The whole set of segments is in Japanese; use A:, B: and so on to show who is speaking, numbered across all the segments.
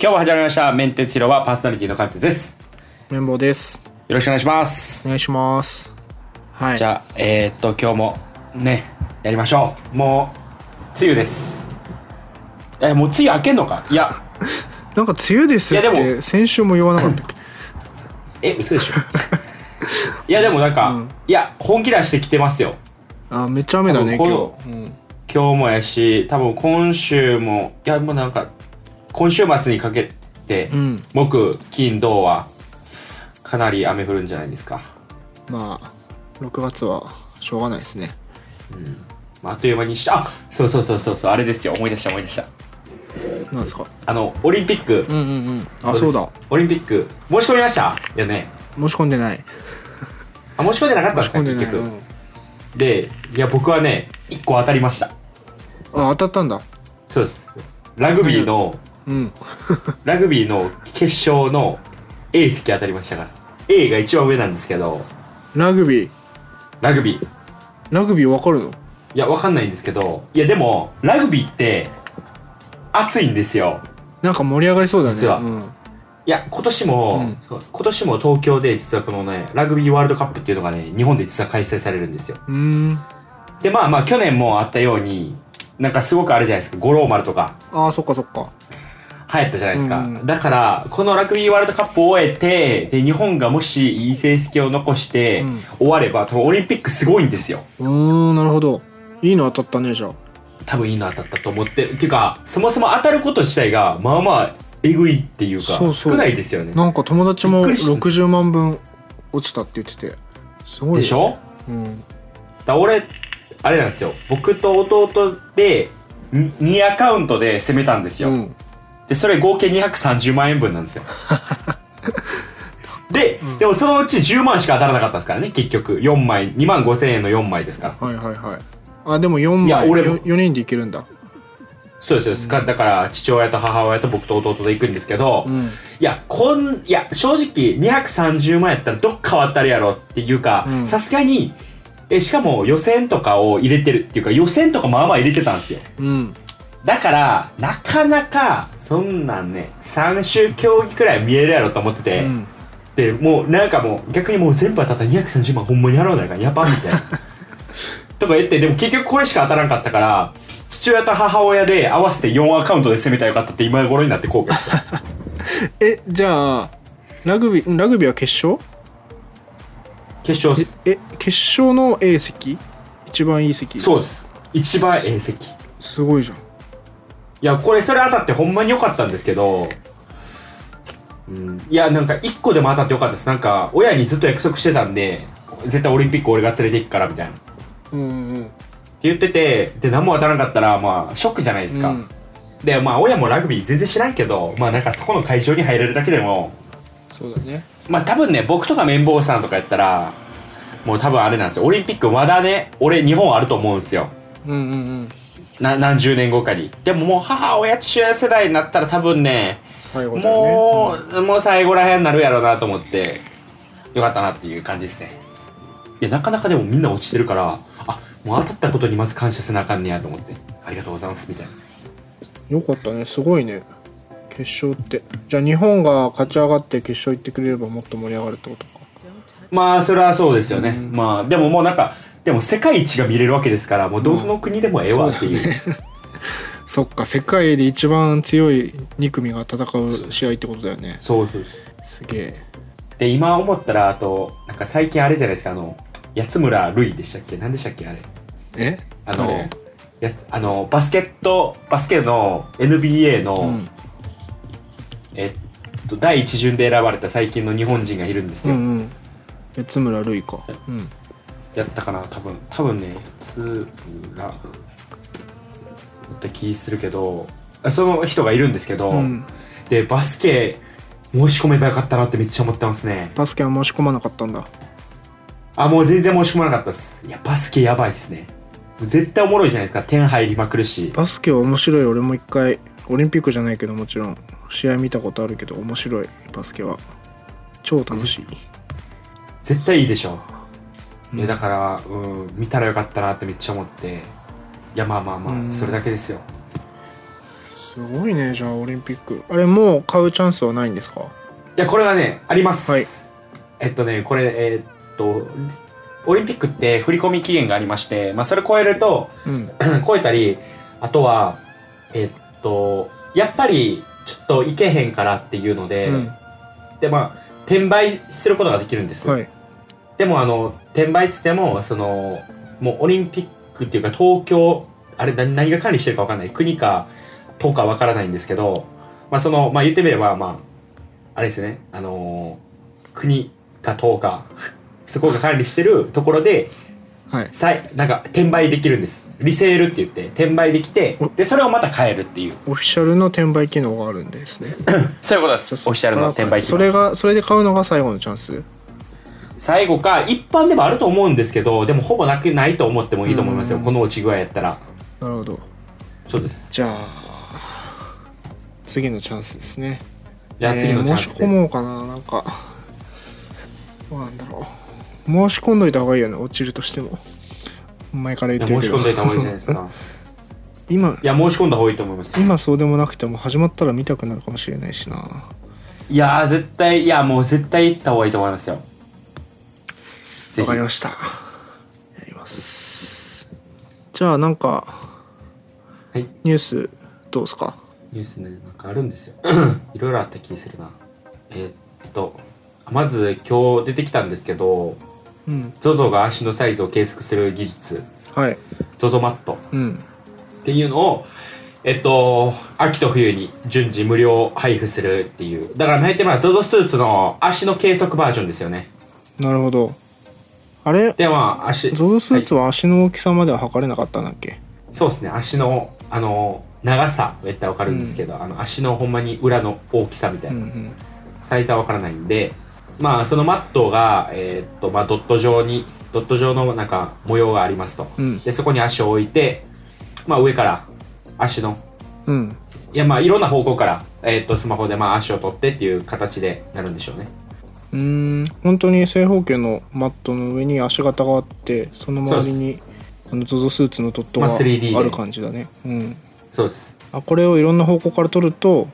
A: 今日も始まりましたメンテツ広場パーソナリティの関徹です
B: 綿棒です。
A: よろしくお願いします
B: お願いします。はい。
A: じゃあえー、っと今日もねやりましょうもう梅雨ですえもう梅雨明けんのかいや
B: なんか梅雨ですっ
A: いやで
B: て先週も言わな かったっけ。
A: え嘘でしょいやでもなんか、いや本気出してきてますよ
B: あ、めっちゃ雨だね
A: 多
B: 今
A: 分
B: 日。
A: こ
B: うん、
A: 今日もやし多分今週もいやもうなんか今週末にかけて、
B: ん
A: 木金土はかなり雨降るんじゃないですか、
B: まあ6月はしょうがないですね。
A: まあ、あっという間にしたあそうそうそうそうそうあれですよ思い出した思い出した
B: なんですか。
A: あのオリンピック、
B: うんうんうん。あ、そうだ。
A: オリンピック申し込みましたよね
B: 申し込んでない。
A: あ申し込んでなかったんで
B: 申
A: す
B: し込
A: か
B: んで
A: 結
B: ない。
A: 局、
B: うん
A: でいや僕はね1個当たりました
B: あ、当たったんだ。
A: そうですラグビーの、
B: うん。
A: ラグビーの決勝の A 席当たりましたから A が一番上なんですけど
B: ラグビー。
A: ラグビー
B: ラグビーわかるの？
A: いや、わかんないんですけど、いや、でも、ラグビーって、熱いんですよ。
B: なんか盛り上がりそうだね。
A: 実は
B: うん。
A: いや、今年も、
B: うん
A: そう今年も東京で、実はこのね、ラグビーワールドカップっていうのがね、日本で実は開催されるんですよ。
B: うーん。
A: で、まあまあ、去年もあったように、なんかすごくあれじゃないですか、五郎丸とか、
B: あ、そっかそっか。
A: 流行ったじゃないですか。
B: うん
A: だから、このラグビーワールドカップを終えて、で、日本がもしいい成績を残して、
B: うん
A: 終われば、多分オリンピックすごいんですよ。
B: うーん、なるほど。いいの当たったねじゃあ。
A: 多分いいの当たったと思ってるっていうかそもそも当たること自体がまあまあえぐいっていうか
B: そうそう
A: 少ないですよね
B: なんか友達
A: び
B: も
A: っくりしたんで
B: 60万分落ちたって言ってて。すごいよ
A: でしょ
B: うん。
A: だから俺あれなんですよ僕と弟でに2アカウントで攻めたんです
B: う
A: よ、
B: ん。
A: でそれ合計230万円分なんです よで、でもそのうち10万しか当たらなかったですからね結局4枚2万5千円の4枚ですから
B: はいはいはいあでも4枚
A: いや俺も
B: 4, 人でいけるんだ
A: そうですそうです、だから父親と母親と僕と弟で行くんですけど、
B: うん
A: いや、こん、いや、正直、230万やったらどっかは当たるやろっていうか
B: う、ん
A: さすがに、え、しかも予選とかを入れてるっていうか、予選とかまあまあ入れてたんですよ。
B: うん
A: だから、なかなか、そんなんね、3周競技くらい見えるやろと思って
B: う
A: て、
B: ん
A: で、もうなんかもう、逆にもう全部当たったら230万ほんまにやろうなから、やばみたい な。とか言って、でも結局これしか当たらんかったから、父親と母親で合わせて4アカウントで攻めたらよかったって今頃になって後悔 した。
B: えじゃあラグビーうんラグビーは決勝
A: 決勝っす。
B: え決勝の A 席一番いい席
A: そうです。一番ええ席。い
B: すごいじゃん
A: や、これ、それ当たってほんまに良かったんですけど、うん、いや、なんか、一個でも当たって良かったです。なんか、親にずっと約束してたんで、絶対オリンピック俺が連れて行くから、みたいな。って
B: うんうん
A: 言ってて、で、何も当たらなかったら、まあ、ショックじゃないですか。
B: うん
A: で、まあ、親もラグビー全然知らんけど、まあ、なんか、そこの会場に入れるだけでも、
B: そうだね
A: まあ、多分ね、僕とか綿棒さんとかやったら、もう多分あれなんですよ。オリンピックまだね、俺、日本あると思うんですよ。
B: うんうんうん
A: な何十年後かにでももう母親父親世代になったら多分ね
B: 最後だよね
A: もう、もう最後らへんになるやろうなと思ってよかったなっていう感じですねいやなかなかでもみんな落ちてるからあもう当たったことにまず感謝せなあかんねやと思ってありがとうございますみたいな
B: うんよかったねすごいね決勝ってじゃあ日本が勝ち上がって決勝行ってくれればもっと盛り上がるってことか
A: まあそれはそうですよね、まあでももうなんかでも世界一が見れるわけですからもうどの国でもええわっていう,、
B: そっか世界で一番強い2組が戦う試合ってことだよね
A: そうそうです
B: すげえ
A: で今思ったらあとなんか最近あれじゃないですかあの八村塁でしたっけ何でしたっけあれ
B: え
A: あ
B: 誰
A: のやあのバスケットバスケの NBA の、
B: うん
A: えっと第一巡で選ばれた最近の日本人がいるんです
B: う
A: よ、
B: んうん津村るいかうん
A: やったかな多分多分ね津浦だって気するけどあその人がいるんですけど、
B: うん
A: でバスケ申し込めばよかったなってめっちゃ思ってますね
B: バスケは申し込まなかったんだ
A: あもう全然申し込まなかったですいやバスケやばいですね絶対おもろいじゃないですか点入りまくるし
B: バスケは面白い俺も一回オリンピックじゃないけどもちろん試合見たことあるけど面白いバスケは超楽しい
A: 絶対いいでしょ、う
B: う
A: んだから、うん、見たらよかったなってめっちゃ思っていやまあまあまあ、
B: うん
A: それだけですよ
B: すすごいねじゃあオリンピックあれもう買うチャンスはないんですか
A: いやこれがねあります、
B: はい
A: えっとねこれえーっとオリンピックって振り込み期限がありまして、まあ、それ超えると
B: うん
A: 超えたりあとはえっとやっぱりちょっと行けへんからっていうので、
B: うん
A: でまあ転売することができるんです、
B: はい
A: でもあの転売っつってもそのもうオリンピックっていうか東京あれ何何が管理してるか分かんない国か都か分からないんですけど、まあ、そのまあ言ってみればまああれですよねあのー国か都かそこが管理してる ところで
B: はい
A: さいなんか転売できるんですリセールって言って転売できて
B: お
A: でそれをまた買えるっていう
B: オフィシャルの転売機能があるんですね
A: そういうことですオフィシャルの転売
B: それがそれで買うのが最後のチャンス
A: 最後か一般でもあると思うんですけどでもほぼなくないと思ってもいいと思いますよ
B: うん
A: この落ち具合やったら
B: なるほど
A: そうです
B: じゃあ次のチャンスですね
A: じゃあ
B: えー
A: 次のチャンス
B: 申し
A: で
B: 込もうかななんかどうなんだろう申し込んどいた方がいいよね落ちるとしても前から言ってる
A: 申
B: け
A: し
B: ど
A: 込んどいた方がいいじゃないですか
B: 今
A: いや申し込んだ方がいいと思います
B: 今そうでもなくても始まったら見たくなるかもしれないしない
A: やー絶対いやもう絶対行った方がいいと思いますよぜ
B: わ
A: ひ
B: かりましたやりますじゃあなんか
A: はい
B: ニュースどうですか
A: ニュースねなんかあるんですよ いろいろあった気するなえーっとまず今日出てきたんですけど
B: うん
A: ZOZO が足のサイズを計測する技術
B: はい
A: ZOZO マット
B: うん
A: っていうのをえっと秋と冬に順次無料配布するっていうだから言ってもらう ZOZO スーツの足の計測バージョンですよね
B: なるほどあれ
A: でまあ足
B: ゾゾスーツは足の大きさまでは測れなかったんだっけ、
A: そうですね足のあの長さは絶対わかるんですけど、あの足のほんまに裏の大きさみたい
B: うん
A: な、
B: うん
A: サイズはわからないんでまあそのマットが、えーっとまあ、ドット状にドット状のなんか模様がありますと、
B: うん
A: でそこに足を置いて、まあ、上から足の
B: うん
A: いやまあいろんな方向から、えーっとスマホでまあ足を取ってっていう形でなるんでしょうね
B: うーん本当に正方形のマットの上に足型があってその周りにあの ZOZO スーツのドットが
A: まあ 3D で
B: ある感じだね、うん
A: そうです
B: あこれをいろんな方向から取ると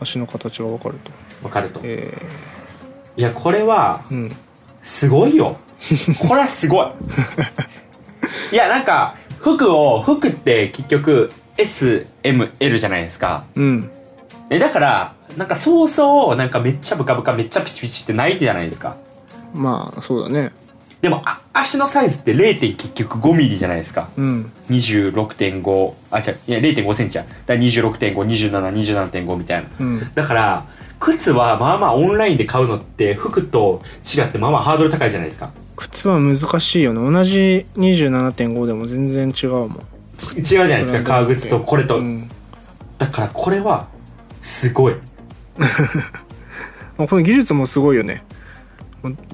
B: 足の形が分かると
A: わかるとい
B: え
A: やこれは
B: ー、うん
A: すごい よこれはすごいいやなんか服を服って結局 SML じゃないですか
B: うん
A: えだからなんかそうそうなんかめっちゃブカブカめっちゃピチピチってないじゃないですか
B: まあそうだね
A: でもあ足のサイズって0点結局5ミリじゃないですか
B: うん
A: 26.5あ違ういや0.5センチやだから26.52727.5みたいな
B: うん
A: だから靴はまあまあオンラインで買うのって服と違ってまあまあハードル高いじゃないですか
B: 靴は難しいよね同じ27.5でも全然違うもん
A: ち違うじゃないですか革靴とこれと、
B: うん
A: だからこれはすごいい
B: まあこの技術もすごいよね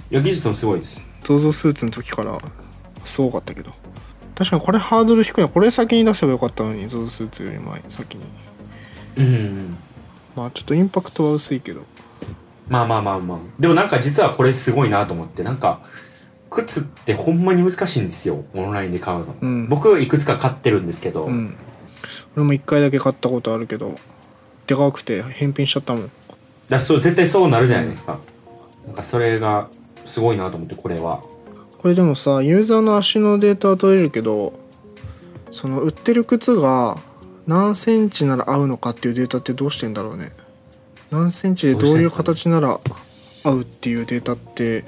A: や技術もすごいです
B: ZOZO スーツの時からすごかったけど確かにこれハードル低いなこれ先に出せばよかったのに ZOZO スーツより前先に
A: うん
B: まあちょっとインパクトは薄いけど
A: まあまあまあまあでもなんか実はこれすごいなと思ってなんか靴ってほんまに難しいんですよオンラインで買うの、
B: うん
A: 僕いくつか買ってるんですけど、
B: うん俺も1回だけ買ったことあるけどでかくて返品しちゃったもん
A: だそう絶対そうなるじゃないですか、なんかそれがすごいなと思ってこれは
B: これでもさユーザーの足のデータは取れるけどその売ってる靴が何センチなら合うのかっていうデータってどうしてんだろうね何センチでどういう形なら合うっていうデータって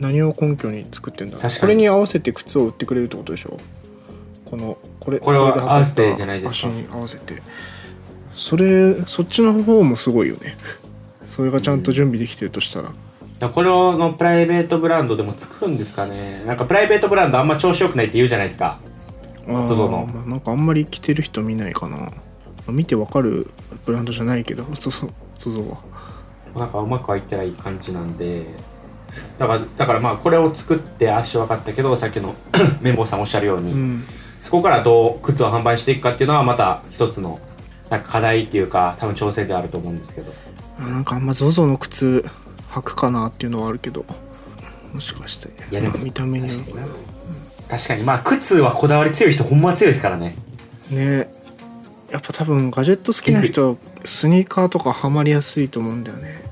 B: 何を根拠に作ってんだろう
A: 確かに
B: これに合わせて靴を売ってくれるってことでしょこのこれ
A: これは
B: で測った
A: 合わせてじゃないですか
B: 足に合わせてそれそっちの方もすごいよねそれがちゃんと準備できてるとしたら、
A: だこれのプライベートブランドでも作るんですかねなんかプライベートブランドあんま調子よくないって言うじゃないですか
B: あ
A: ゾゾ
B: ー
A: の
B: まあなんかあんまり着てる人見ないかなまあ見てわかるブランドじゃないけどゾゾゾゾは
A: なんかうまくはいってない感じなんでだからだからまあこれを作って足分かったけどさっきの 綿棒さんおっしゃるように、
B: うん
A: そこからどう靴を販売していくかっていうのはまた一つのなんか課題っていうか多分挑戦ではあると思うんですけど
B: あなんかあんまゾゾの靴履くかなっていうのはあるけどもしかして
A: いやでも
B: まあ見た目によ
A: 確
B: る
A: か
B: か
A: に
B: な
A: な確かにまあ靴はこだわり強い人ほんま強いですからね
B: ねやっぱ多分ガジェット好きな人スニーカーとかハマりやすいと思うんだよね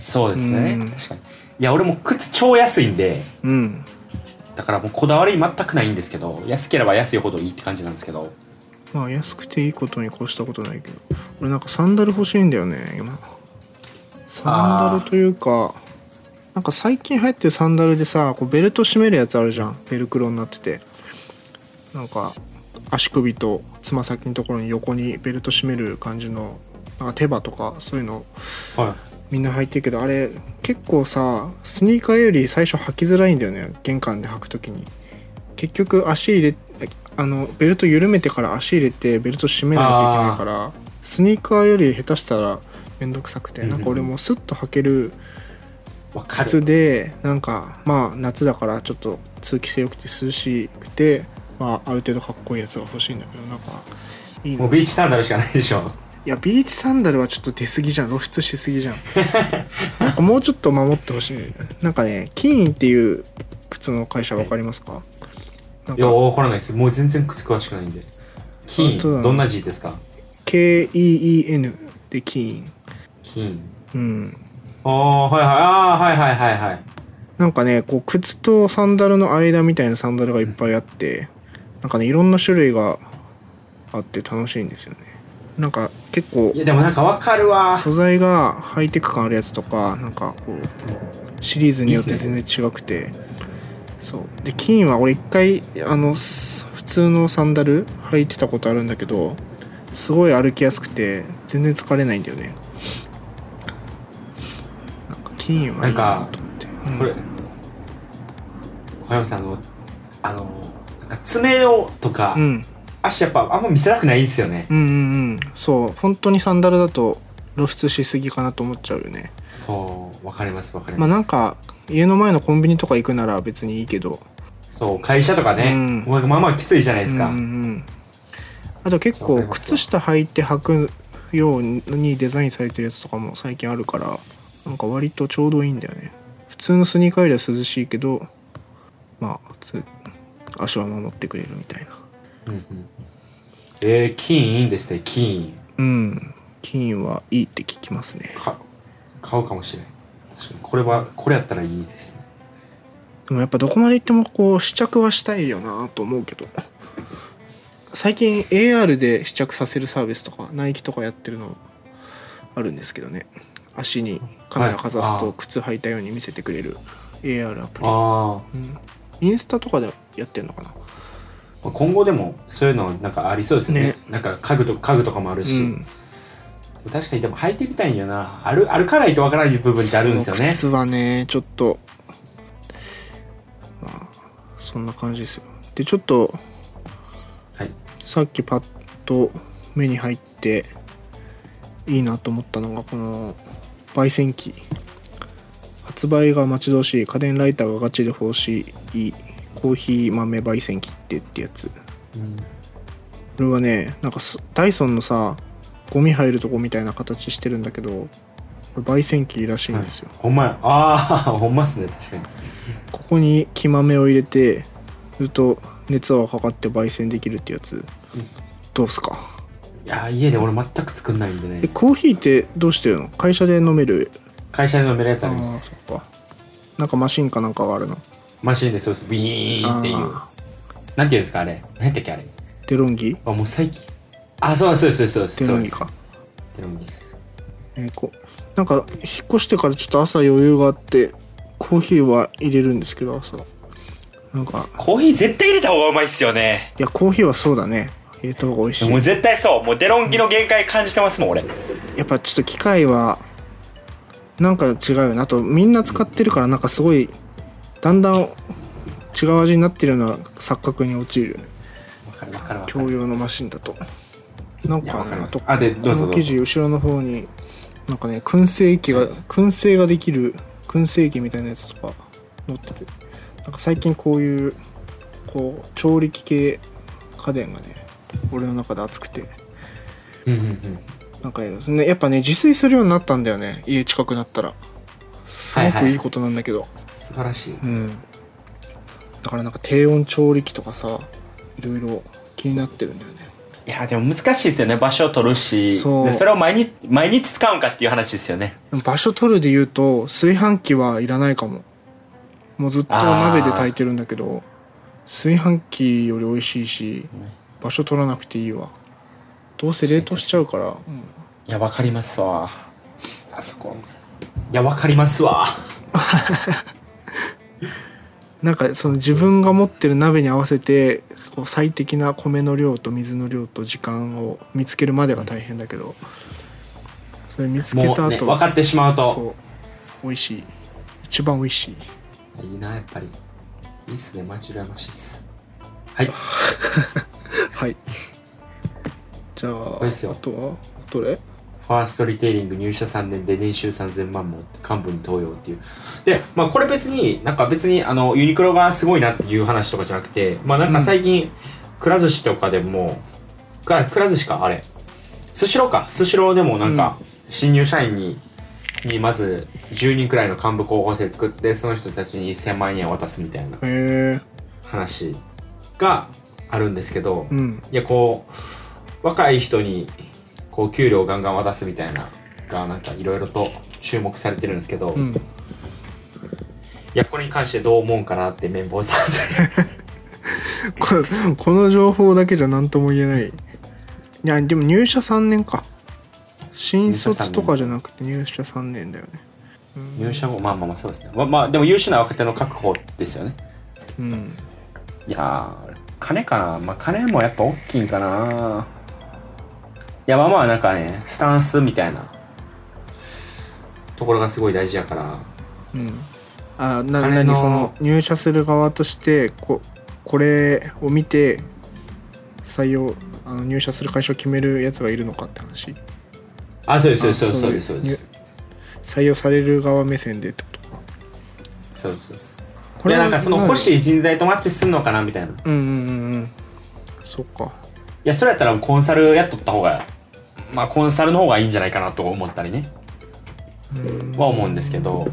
A: そうですね
B: うん
A: 確かにいや俺も靴超安いんで
B: うん
A: だからもうこだわり全くないんですけど安ければ安いほどいいって感じなんですけど
B: まあ安くていいことに越したことないけど俺なんかサンダル欲しいんだよね今サンダルというかなんか最近流行ってるサンダルでさこうベルト締めるやつあるじゃんベルクロになっててなんか足首とつま先のところに横にベルト締める感じのなんか手羽とかそういうの
A: はい
B: みんな履いてるけどあれ結構さスニーカーより最初履きづらいんだよね玄関で履く時に結局足入れあのベルト緩めてから足入れてベルト締めないといけないからスニーカーより下手したら面倒くさくて
A: うんうん
B: なんか俺もスッと履ける
A: わかる
B: 靴でなんかまあ夏だからちょっと通気性良くて涼しくてまあある程度かっこいいやつが欲しいんだけどなんかいい
A: も
B: の
A: うビーチサンダルしかないでしょ
B: いやビーチサンダルはちょっと出過ぎじゃん露出しすぎじゃん なんかもうちょっと守ってほしいなんかねキーンっていう靴の会社わかりますかなん
A: いや
B: か
A: わからないですもう全然靴詳しくないんでキ
B: 本当だ
A: ーン
B: ね
A: どんな字ですか
B: KEEN でキ
A: キーン
B: ーンうん
A: ああはいはいあーはいはいはいはい
B: なんかねこう靴とサンダルの間みたいなサンダルがいっぱいあってなんかねいろんな種類があって楽しいんですよねなんか結構
A: いやでもなんかわかるわ
B: 素材がハイテク感あるやつとかなんかこうシリーズによって全然違くてそうで金は俺一回あのす普通のサンダル履いてたことあるんだけどすごい歩きやすくて全然疲れないんだよねなんか金はいいなと思ってうん
A: これ、岡山さん、あの、あの、なんか爪をとか、
B: うん
A: 足やっぱあんま見せたくないですよね。
B: うんうんうんそう本当にサンダルだと露出しすぎかなと思っちゃうよね
A: そう、わかります、わかり
B: ま
A: ま
B: あ
A: す。
B: なんか家の前のコンビニとか行くなら別にいいけど
A: そう、会社とかね、
B: う
A: まあまあきついじゃないですか。
B: うんうんうん、あと結
A: わか
B: 構
A: ります
B: 靴下履いて履くようにデザインされてるやつとかも最近あるからなんか割とちょうどいいんだよね普通のスニーカーよりは涼しいけどまあつ足は守ってくれるみたいな
A: うんうんえー、キーンいいんですね、キーン。
B: うん金はいいって聞きますね
A: か買うかもしれない。確かに、これは、これやったらいいですね。
B: でもやっぱどこまで行ってもこう試着はしたいよなと思うけど最近 AR で試着させるサービスとかナイキとかやってるのあるんですけどね足にカメラかざす
A: は
B: と
A: いあー
B: 靴履いたように見せてくれる AR アプリ、
A: あ
B: うんインスタとかでやってんのかな
A: あ、今後でもそういうのなんかありそうですよね。
B: ね
A: なんか家具と家具とかもある
B: う
A: し、
B: ん
A: 確かにでも履いてみたいんよな。歩歩かないとわからない部分ってあるんですよ
B: その
A: ね。
B: 靴はねちょっとまあそんな感じですよでちょっと
A: はい。
B: さっきパッと目に入っていいなと思ったのがこの焙煎機発売が待ち遠しい家電ライターがガチで欲しいコーヒー豆焙煎機ってってやつ
A: うん
B: これはねなんかすダイソンのさゴミ入るとこみたいな形してるんだけどこれ焙煎機らしいんですよ、
A: ほんまや。ああ、 ほんまっすね、確かに。
B: ここに木豆を入れてすると熱がかかって焙煎できるってやつ、どうっすか
A: いやー、家で俺全く作んないんでね
B: え。コーヒーってどうしてるの会社で飲める
A: 会社で飲めるやつ
B: あ
A: あります。
B: そっかなんかマシンかなんかがあるの
A: マシンでそうです。ビーンっていう。
B: あ
A: なんていうんですか、あれ。何やったっけ、あれ。
B: デロンギ
A: あ、もう最近。あ、そうです、そうです、そうです。
B: デ
A: そ
B: ロ
A: う
B: ン
A: で
B: ギ
A: す
B: か、
A: デロンギです。
B: えーこうなんか引っ越してからちょっと朝余裕があってコーヒーは入れるんですけど朝なんか
A: コーヒー絶対入れた方がうまいっすよね。
B: いやコーヒーはそうだね入れた方が美味しい
A: もう絶対そう。もうデロンギの限界感じてますもん、俺。
B: やっぱちょっと機械はなんか違うよねあとみんな使ってるからなんかすごいだんだん違う味になってるような錯覚に陥るよね
A: わかるわかるわか
B: 共
A: る。
B: 用のマシンだとなん
A: いや、
B: か
A: わか
B: ね
A: り
B: あ
A: ます
B: と。
A: あ、で、ど
B: こ
A: うぞ
B: の
A: どう
B: 記事
A: ぞ。
B: 後ろの方になんかね燻製機が燻製ができる燻製機みたいなやつとか載っててなんか最近こういうこう調理器系家電がね俺の中で熱くて
A: うんうんうん。
B: なんかいろいろですねやっぱね自炊するようになったんだよね家近くなったらすご
A: はいは
B: く
A: い
B: いいことなんだけど、
A: 素晴らしい。
B: うんだからなんか低温調理器とかさいろいろ気になってるんだよね
A: いやでも難しいですよね場所を取るし
B: そう
A: でそれを毎日毎日使うんかっていう話ですよね
B: 場所取るで言うと炊飯器はいらないかももうずっと鍋で炊いてるんだけど炊飯器より美味しいし場所取らなくていいわどうせ冷凍しちゃうから、うん
A: いやわかりますわあそこいやわかりますわ
B: なんかその自分が持ってる鍋に合わせてこう最適な米の量と水の量と時間を見つけるまでが大変だけどそれ見つけ
A: も
B: た
A: う、ね、
B: 後
A: 分かってしまうと
B: そう美味しい一番美味しい
A: いいなやっぱりいいっすねマジ羨ましいっすはい
B: はいじゃあ
A: これっすよ
B: あとはどれ
A: ファーストリテイリング入社3年で年収3000万も幹部に登用っていう。で、まあこれ別に、なんか別にあのユニクロがすごいなっていう話とかじゃなくて、まあなんか最近、くら寿司とかでも、くらくら寿司か、あれ。スシローか。スシローでもなんか、新入社員に、にまず10人くらいの幹部候補生作って、その人たちに1000万円を渡すみたいな
B: へえ
A: 話があるんですけど、
B: うん
A: いやこう若い人にこう給料をガンガン渡すみたいながなんかいろいろと注目されてるんですけど、
B: う
A: い
B: ん
A: やこれに関してどう思うんかなって綿棒さん
B: ここの情報だけじゃ何とも言えないいやでも入社3年か新卒とかじゃなくて入社3年だよね
A: 入社後まあまあまあそうですねまあまあでも優秀な若手の確保ですよね
B: うん
A: いやー金かなまあ金もやっぱ大きいんかないやまあまあなんかねスタンスみたいなところがすごい大事やから
B: うん、あな
A: 金の
B: 何その入社する側としてここれを見て採用あの入社する会社を決めるやつがいるのかって話
A: あそうですそうです
B: あ
A: そうですそうです
B: 採用される側目線でってことか
A: そうですそうです
B: こ
A: いや
B: は
A: なんかその
B: 何
A: 欲しい人材とマッチするのかなみたいない
B: うんうんうんうんそっか
A: やそれやったらもうコンサルやっとった方がまあコンサルの方がいいんじゃないかなと思ったりねは思うんですけど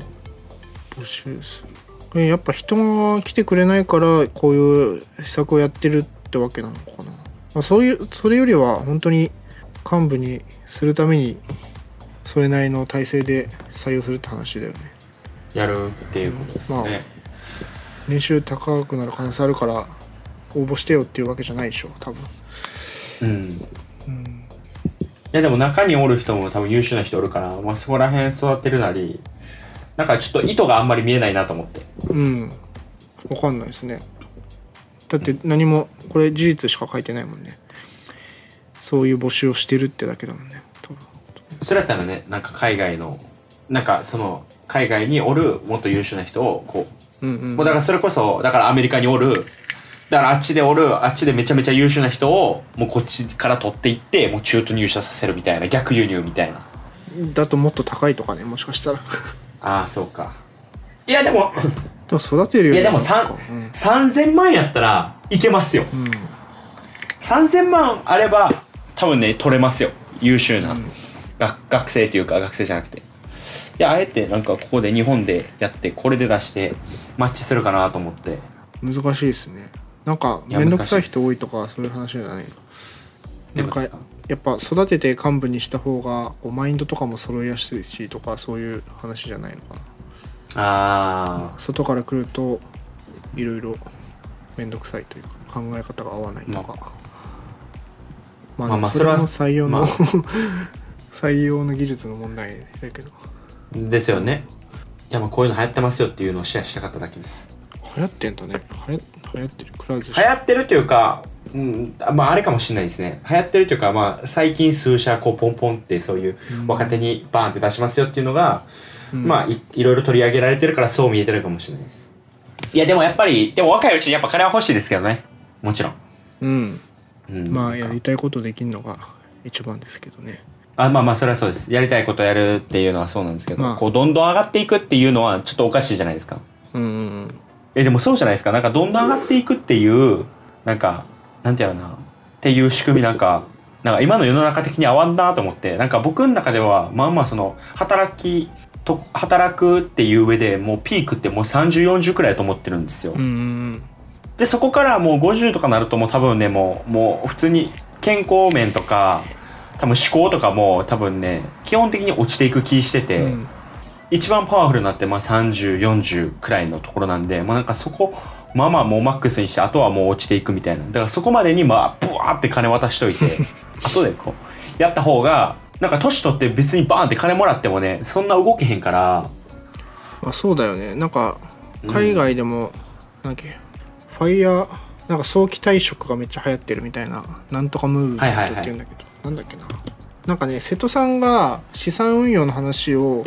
B: 募集するこれやっぱ人が来てくれないからこういう施策をやってるってわけなのかな、まあ、そういうそれよりは本当に幹部にするためにそれなりの体制で採用するって話だよね
A: やるっていうことですよね、
B: 年収高くなる可能性あるから応募してよっていうわけじゃないでしょ多分
A: うんいやでも中におる人も多分優秀な人おるから、まあ、そこら辺育てるなりなんかちょっと意図があんまり見えないなと思って
B: うんわかんないですねだって何もこれ事実しか書いてないもんねそういう募集をしてるってだけだもんね多分
A: それやったらねなんか海外のなんかその海外におるもっと優秀な人をこう
B: うんうん
A: もうだからそれこそだからアメリカにおるだからあっちでおるあっちでめちゃめちゃ優秀な人をもうこっちから取っていってもう中途入社させるみたいな逆輸入みたいな
B: だともっと高いとかねもしかしたら
A: ああそうかいやでも
B: でも育てるよ
A: い
B: り
A: やでも
B: なん
A: さ
B: かうん
A: ん3000万やったらいけますよ
B: うん
A: 3000万あれば多分ね取れますよ優秀な、が学生というか学生じゃなくていやあえてなんかここで日本でやってこれで出してマッチするかなと思って
B: 難しいですねなんか
A: いや
B: 面倒くさい
A: 難しいっす
B: 人多いとかそういう話じゃな
A: ど
B: いな
A: うい
B: ん
A: うこと
B: か
A: ですか
B: やっぱ育てて幹部にした方がこうマインドとかも揃いやすいしとかそういう話じゃないのかな
A: あ
B: 外から来るといろいろ面倒くさいというか考え方が合わないとか、まあ、
A: まあまあ
B: それも
A: それは
B: 採用の、
A: まあ
B: 採用の技術の問題だけど
A: あですよねいやまあこういうの流行ってますよっていうのをシェアしたかっただけです
B: 流行ってんだね流行流行ってるクラウズ
A: 流行ってるというか、うん、あまああれかもしれないですね流行ってるというか、まあ、最近数社こうポンポンってそういう若手にバーンって出しますよっていうのが、
B: うん
A: まあいいろいろ取り上げられてるからそう見えてるかもしれないですいやでもやっぱりでも若いうちにやっぱ金は欲しいですけどねもちろん、
B: うん
A: うん、
B: まあやりたいことできるのが一番ですけどね
A: あまあまあそれはそうですやりたいことやるっていうのはそうなんですけど、
B: まあ
A: こうどんどん上がっていくっていうのはちょっとおかしいじゃないですか
B: うんうんうん
A: えでもそうじゃないですかなんかどんどん上がっていくっていうなんかなんてやろうなっていう仕組みなんかなんか今の世の中的に合わんなと思ってなんか僕の中ではまあまあその働きと働くっていう上でもうピークってもう3040くらいだと思ってるんですよ、
B: うんうん
A: でそこからもう50とかなるともう多分ねもうもう普通に健康面とか多分思考とかも多分ね基本的に落ちていく気してて、
B: うん
A: 一番パワフルになって、まあ、3040くらいのところなんで、まあ、なんかそこまあまあもうマックスにしてあとはもう落ちていくみたいなだからそこまでにまあブワーって金渡しとい て後でこうやった方がなんか年取って別にバーンって金もらってもねそんな動けへんから
B: まあ、そうだよねなんか海外でも、なんだっけファイヤーなんか早期退職がめっちゃ流行ってるみたいななんとかムーブメントっていうんだけど、なんだっけななんかね瀬戸さんが資産運用の話を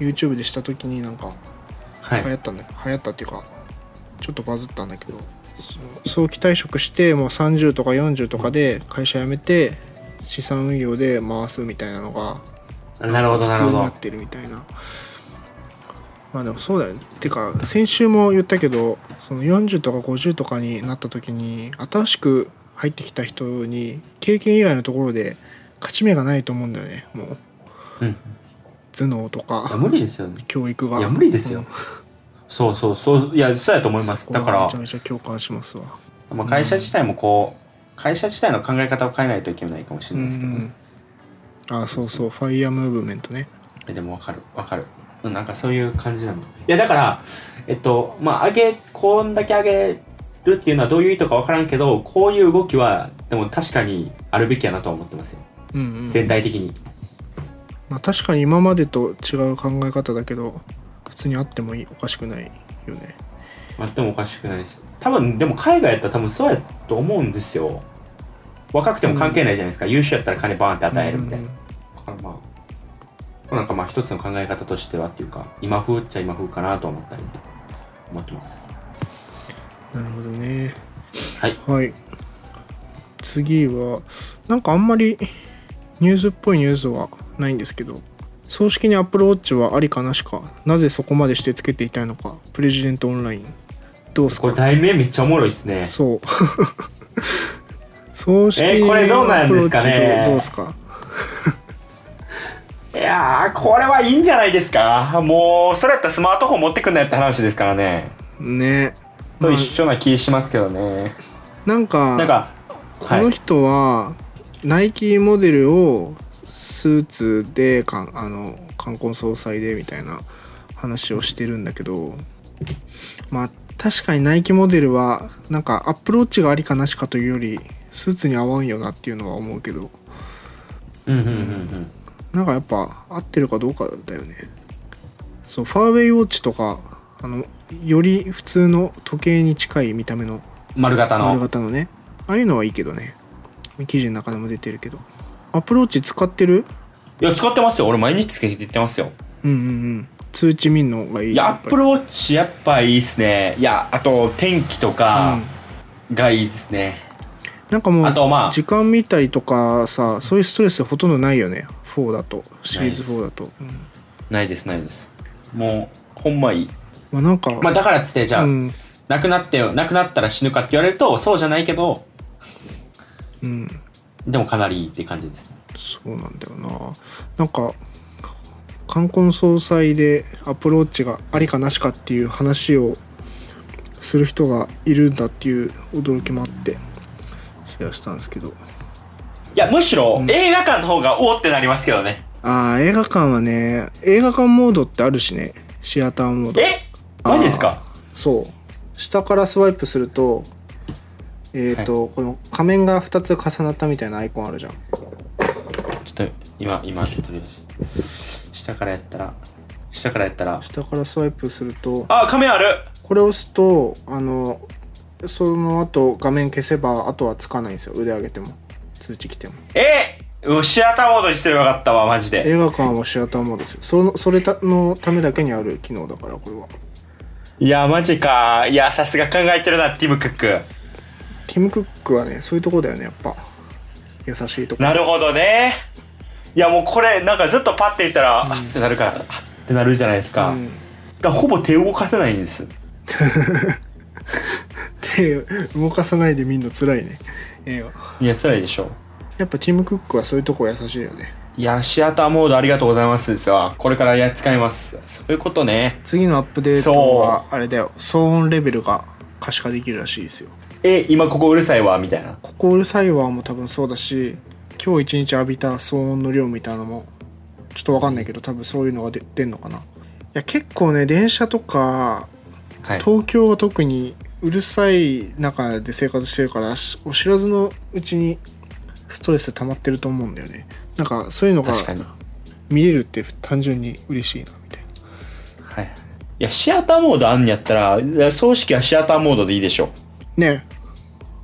B: YouTube でした時になんか
A: はい
B: 流行ったんだ流行ったっていうかちょっとバズったんだけどその早期退職してもう30とか40とかで会社辞めて資産運用で回すみたいなのが
A: なるほど
B: 普
A: な
B: 通
A: るほ
B: になっ
A: ど
B: てるみたいなまあでもそうだよねてか先週も言ったけどその40とか50とかになった時に新しく入ってきた人に経験以外のところで勝ち目がないと思うんだよねもう
A: うんい
B: 頭脳と
A: や
B: か
A: 無理ですよね
B: 教育が
A: いや無理ですよ
B: うん
A: そうそうそういやそうやと思いますだから
B: めちゃめちゃ共感しますわ
A: まあ、会社自体もこう会社自体の考え方を変えないといけないかもしれないですけど、ね
B: あそうそうファイヤームーブメントね
A: えでもわかるわかるうんなんかそういう感じなのいやだからえっとまあ上げこんだけ上げるっていうのはどういう意図かわからんけどこういう動きはでも確かにあるべきやなとは思ってますよ
B: うんうん
A: 全体的に、
B: まあ確かに今までと違う考え方だけど普通にあってもいいおかしくないよね
A: あってもおかしくないです多分でも海外やったら多分そうやと思うんですよ若くても関係ないじゃないですか、優秀やったら金バーンって与えるみたいな、
B: うんうん
A: だからまあこれなんかまあ一つの考え方としてはっていうか今風っちゃ今風かなと思ったり思ってます
B: なるほどね
A: はい
B: はい次はなんかあんまりニュースっぽいニュースはないんですけど葬式に Apple Watch はありかなしかなぜそこまでしてつけていたいのかプレジデントオンラインどうす
A: こ
B: か
A: れ題名めっちゃおもろいっすね
B: そう 葬式
A: えこれどうなんですかね
B: アプローチどうどうすか
A: いやーこれはいいんじゃないですかもうそれやったらスマートフォン持ってくんなよって話ですからね
B: ね
A: と一緒な気しますけどね、
B: なんか
A: なんか
B: こ
A: は
B: の
A: い
B: 人はナイキモデルをスーツでかんあの冠婚葬祭でみたいな話をしてるんだけどまあ確かにナイキモデルはなんかアップローチがありかなしかというよりスーツに合わんよなっていうのは思うけど
A: うんうんうんうん
B: なんかやっぱ合ってるかどうかだよねそうファーウェイウォッチとかあのより普通の時計に近い見た目の
A: 丸型
B: 丸
A: の
B: 型のねああいうのはいいけどね記事の中でも出てるけどアプローチ使ってる
A: いや使ってますよ俺毎日つけていってますよ
B: うんうんうん通知見んのがいい
A: いやアップ
B: ロ
A: ルウォッチやっぱいいっすねいやあと天気とかがいいですね、
B: なんかも
A: あ
B: う
A: とまあ
B: 時間見たりとかさそういうストレスほとんどないよね4だとシリーズ
A: ない
B: 4
A: で
B: だと、うん
A: ないですないですもうほんまいい、
B: まあなんか、
A: まあ、だからっつってじゃあ、
B: うん
A: 亡くなって亡くなったら死ぬかって言われるとそうじゃないけど
B: うん
A: でもかなりいいって感じですね
B: そうなんだよななんか冠婚葬祭でアプローチがありかなしかっていう話をする人がいるんだっていう驚きもあってシェアしたんですけど
A: いやむしろ映画館の方がおおってなりますけどね、
B: ああ映画館はね映画館モードってあるしねシアターモード
A: えマジですか
B: そう下からスワイプするとえっ、と、この仮面が2つ重なったみたいなアイコンあるじゃん
A: ちょっと今今とりあえず下からやったら下からやったら
B: 下からスワイプすると
A: あ仮面ある
B: これを押すとあのその後画面消せばあとはつかないんですよ腕上げても通知来ても
A: えうんシアターモードにしてればよかったわマジで
B: 映画館はシアターモードですよそのそれたのためだけにある機能だからこれはい
A: やマジかいやさすが考えてるなティム・クック
B: ティム・クックはねそういうとこだよねやっぱ優しいとこ
A: なるほどねいやもうこれなんかずっとパッていったら、あってなるからあってなるじゃないですか、
B: うん
A: だからほぼ手動かせないんです
B: 手動かさないで見んの辛いね映画
A: いや辛いでしょ
B: やっぱティム・クックはそういうとこ優しいよね
A: いやシアターモードありがとうございますですわこれからいや使いますそういうことね
B: 次のアップデートはあれだよ騒音レベルが可視化できるらしいですよ
A: え今ここうるさいわみたいな
B: ここうるさいわも多分そうだし今日一日浴びた騒音の量みたいなのもちょっと分かんないけど多分そういうのが出出んのかないや結構ね電車とか
A: はい
B: 東京は特にうるさい中で生活してるからしお知らずのうちにストレス溜まってると思うんだよねなんかそういうのが
A: 確かに
B: 見れるって単純に嬉しいなみたい
A: は
B: な
A: いいやシアターモードあんねやったらいや葬式はシアターモードでいいでしょ
B: ね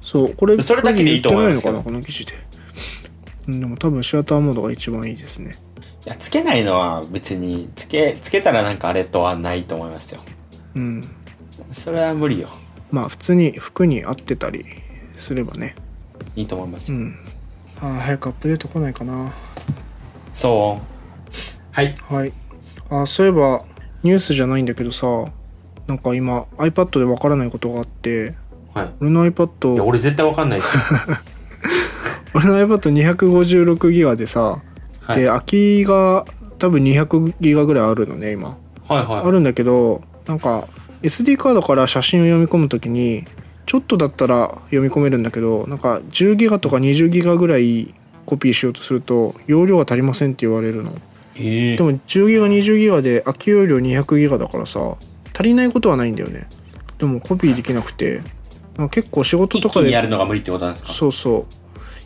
B: そうこれ
A: それだけでいいと思いますけど
B: これ言ってないのかなこの記事でうんでも多分シアターモードが一番いいですね
A: いやつけないのは別につけつけたらなんかあれとはないと思いますよ
B: うん
A: それは無理よ
B: まあ普通に服に合ってたりすればね
A: いいと思います
B: う
A: よ、
B: んあー早くアップデート来ないかな
A: そうはい
B: はいあそういえばニュースじゃないんだけどさなんか今 iPad でわからないことがあって
A: はい
B: 俺の
A: い
B: iPad
A: や
B: 俺
A: 俺絶対わかんないです
B: の iPad256 ギガでさ、
A: はい
B: で空きが多分200ギガぐらいあるのね今
A: はいはい
B: あるんだけどなんか SD カードから写真を読み込むときにちょっとだったら読み込めるんだけどなんか10ギガとか20ギガぐらいコピーしようとすると容量が足りませんって言われるの
A: ええ
B: でも10ギガ20ギガで空き容量200ギガだからさ足りないことはないんだよねでもコピーできなくてなんか結構仕事
A: 一
B: と
A: 気
B: か
A: に
B: で
A: やるのが無理ってことなんですか
B: そうそう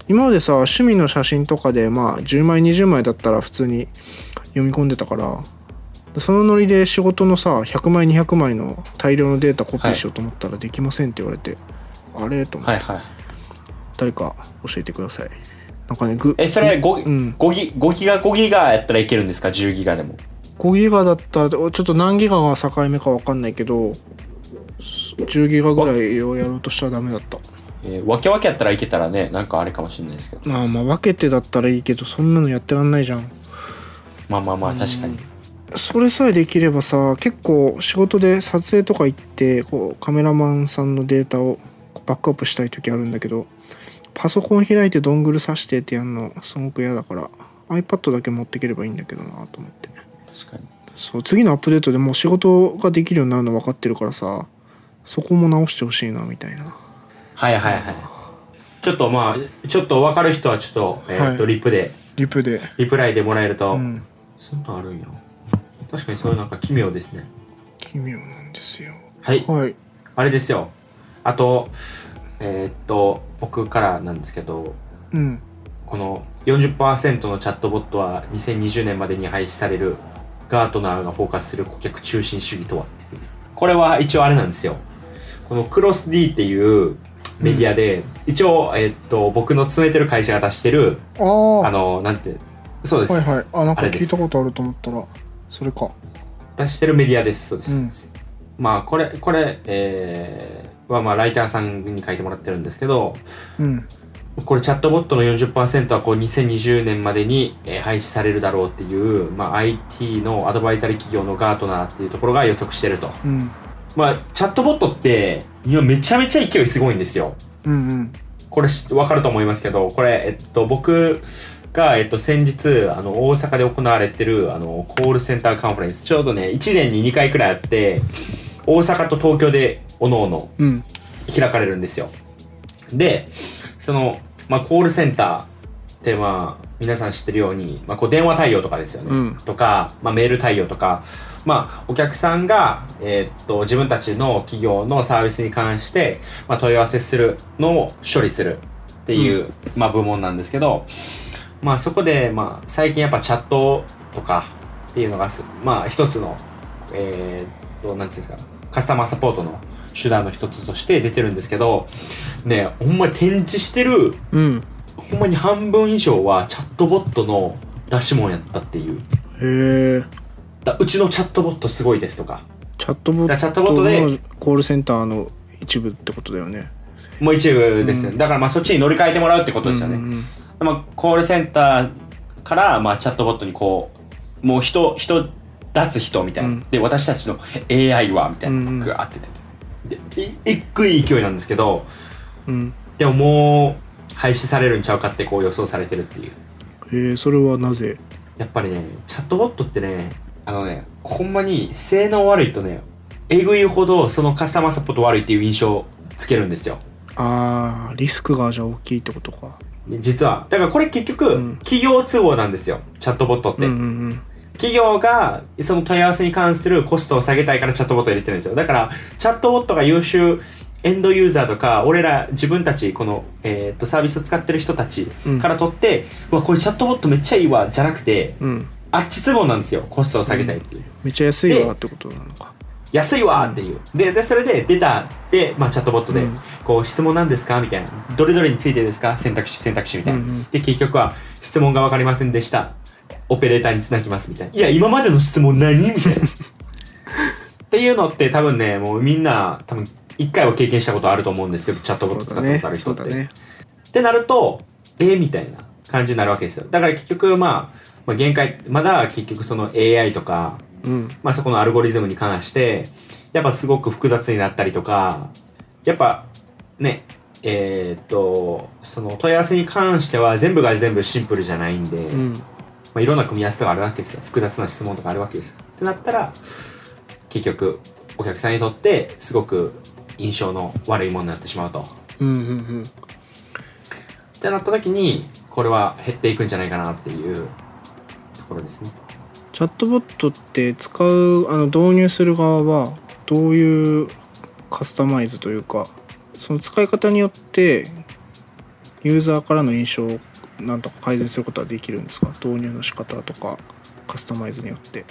B: 今までさ趣味の写真とかでまあ10枚20枚だったら普通に読み込んでたからそのノリで仕事のさ100枚200枚の大量のデータコピーしようと思ったらできませんって言われて、あれと思って、
A: はいはい
B: 誰か教えてくださいなんかねぐ
A: えそれ 5,、
B: うん
A: 5ギ5ギガ5ギガやったらいけるんですか10ギガでも
B: 5ギガだったらちょっと何ギガが境目か分かんないけど10ギガぐらいをやろうとしたらダメだった
A: えー、わけわけやったらいけたらねなんかあれかもしれないですけど
B: ああまあ分けてだったらいいけどそんなのやってらんないじゃん
A: まあまあまあ確かに
B: それさえできればさ結構仕事で撮影とか行ってこうカメラマンさんのデータをバックアップしたい時あるんだけどパソコン開いてドングル挿してってやんのすごく嫌だから iPad だけ持ってければいいんだけどなと思って
A: 確かに
B: そう次のアップデートでもう仕事ができるようになるの分かってるからさそこも直してほしいなみたいな
A: はいはいはいちょっとまあちょっと分かる人はちょっと,、えーっと
B: は
A: リプで
B: リプで
A: リプライでもらえると、
B: うん
A: そんなんあるんや確かにそういうなんか奇妙ですね
B: 奇妙なんですよ
A: はい
B: はい
A: あれですよあとえーっと僕からなんですけど
B: うん
A: この40%のチャットボットは2020年までに廃止されるガートナーがフォーカスする顧客中心主義とはこれは一応あれなんですよこのクロス D っていうメディアで、一応、えっと僕の勤めてる会社が出してる
B: ああ
A: あのなんてそうです、
B: はいはいあなんか
A: あれです
B: 聞いたことあると思ったらそれか
A: 出してるメディアですそうです、
B: うん
A: まあこれこれ、えーはまあライターさんに書いてもらってるんですけど
B: うん
A: これチャットボットの40%はこう2020年までにえー廃止されるだろうっていう、まあ、IT のアドバイザリー企業のガートナーっていうところが予測してると。
B: うん
A: まあ、チャットボットって今めちゃめちゃ勢いすごいんですよ。
B: うんうん
A: これしわかると思いますけど、これ、えっと、僕が、えっと、先日、あの、大阪で行われてる、あの、コールセンターカンファレンス、ちょうどね、1年に2回くらいあって、大阪と東京で、おのおの
B: うん
A: 開かれるんですよ。で、その、まあ、コールセンターって、まあ、皆さん知ってるように、まあ、こう電話対応とかですよね。
B: うん
A: とか、まあ、メール対応とか、まあ、お客さんが、えーっと、自分たちの企業のサービスに関して、まあ、問い合わせするのを処理するっていう、まあ、部門なんですけど、まあ、そこで、まあ、最近やっぱチャットとかっていうのがす、まあ、一つの、えーっと、なんていうんですか、カスタマーサポートの手段の一つとして出てるんですけど、ねえ、ほんまに展示してる、
B: うん
A: ほんまに半分以上はチャットボットの出し物やったっていう。
B: へえ
A: だうちのチャットボットすごいですとか、
B: チャットボ
A: だからチャ
B: ッ
A: ットボッ
B: ト
A: トで
B: のコールセンターの一部ってことだよね
A: もう一部ですよ、だからまあそっちに乗り換えてもらうってことですよね。
B: うんうん
A: まあ、コールセンターから、まあ、チャットボットにこう、もう人、人、脱人みたいな、
B: うん
A: で、私たちの AI はみたいな
B: うんうん
A: のがガーって出てて。で、いいっくい勢いなんですけど、
B: うん
A: でももう廃止されるんちゃうかってこう予想されてるっていう。
B: へえそれはなぜ
A: やっぱりね、チャットボットってね、あのね、ほんまに性能悪いとね、えぐいほどそのカスタマーサポート悪いっていう印象つけるんですよ。
B: あーリスクがじゃあ大きいってことか
A: 実はだからこれ結局、
B: うん
A: 企業都合なんですよチャットボットって、
B: うんうん
A: 企業がその問い合わせに関するコストを下げたいからチャットボットを入れてるんですよだからチャットボットが優秀エンドユーザーとか俺ら自分たちこの、えーっとサービスを使ってる人たち
B: うん
A: から取って、うわこれチャットボットめっちゃいいわじゃなくて
B: うんうん
A: あっち都合なんですよコストを下げたいっていう、
B: めっちゃ安いわってことなのか
A: 安いわーっていう、ででそれで出たで、まあ、チャットボットで、
B: うん
A: こう質問なんですかみたいなどれどれについてですか選択肢選択肢みたいな、
B: うんうん
A: で結局は質問が分かりませんでしたオペレーターにつなぎますみたいないや今までの質問何みたい なっていうのって多分ねもうみんな多分一回は経験したことあると思うんですけどチャットボット使ったことある人
B: そう
A: って、
B: だね
A: ってなるとえーみたいな感じになるわけですよだから結局、まあ、まあ限界まだ結局その AI とか
B: そうだねうん
A: まあ、そこのアルゴリズムに関してやっぱすごく複雑になったりとかやっぱねえーっとその問い合わせに関しては全部が全部シンプルじゃないんで、
B: う
A: ま
B: ん
A: あ、いろんな組み合わせとかあるわけですよ複雑な質問とかあるわけですよってなったら結局お客さんにとってすごく印象の悪いものになってしまうと。っ
B: うんうんうん
A: てなった時にこれは減っていくんじゃないかなっていうところですね。
B: チャットボットって使うあの導入する側はどういうカスタマイズというかその使い方によってユーザーからの印象をなんとか改善することはできるんですか導入の仕方とかカスタマイズによって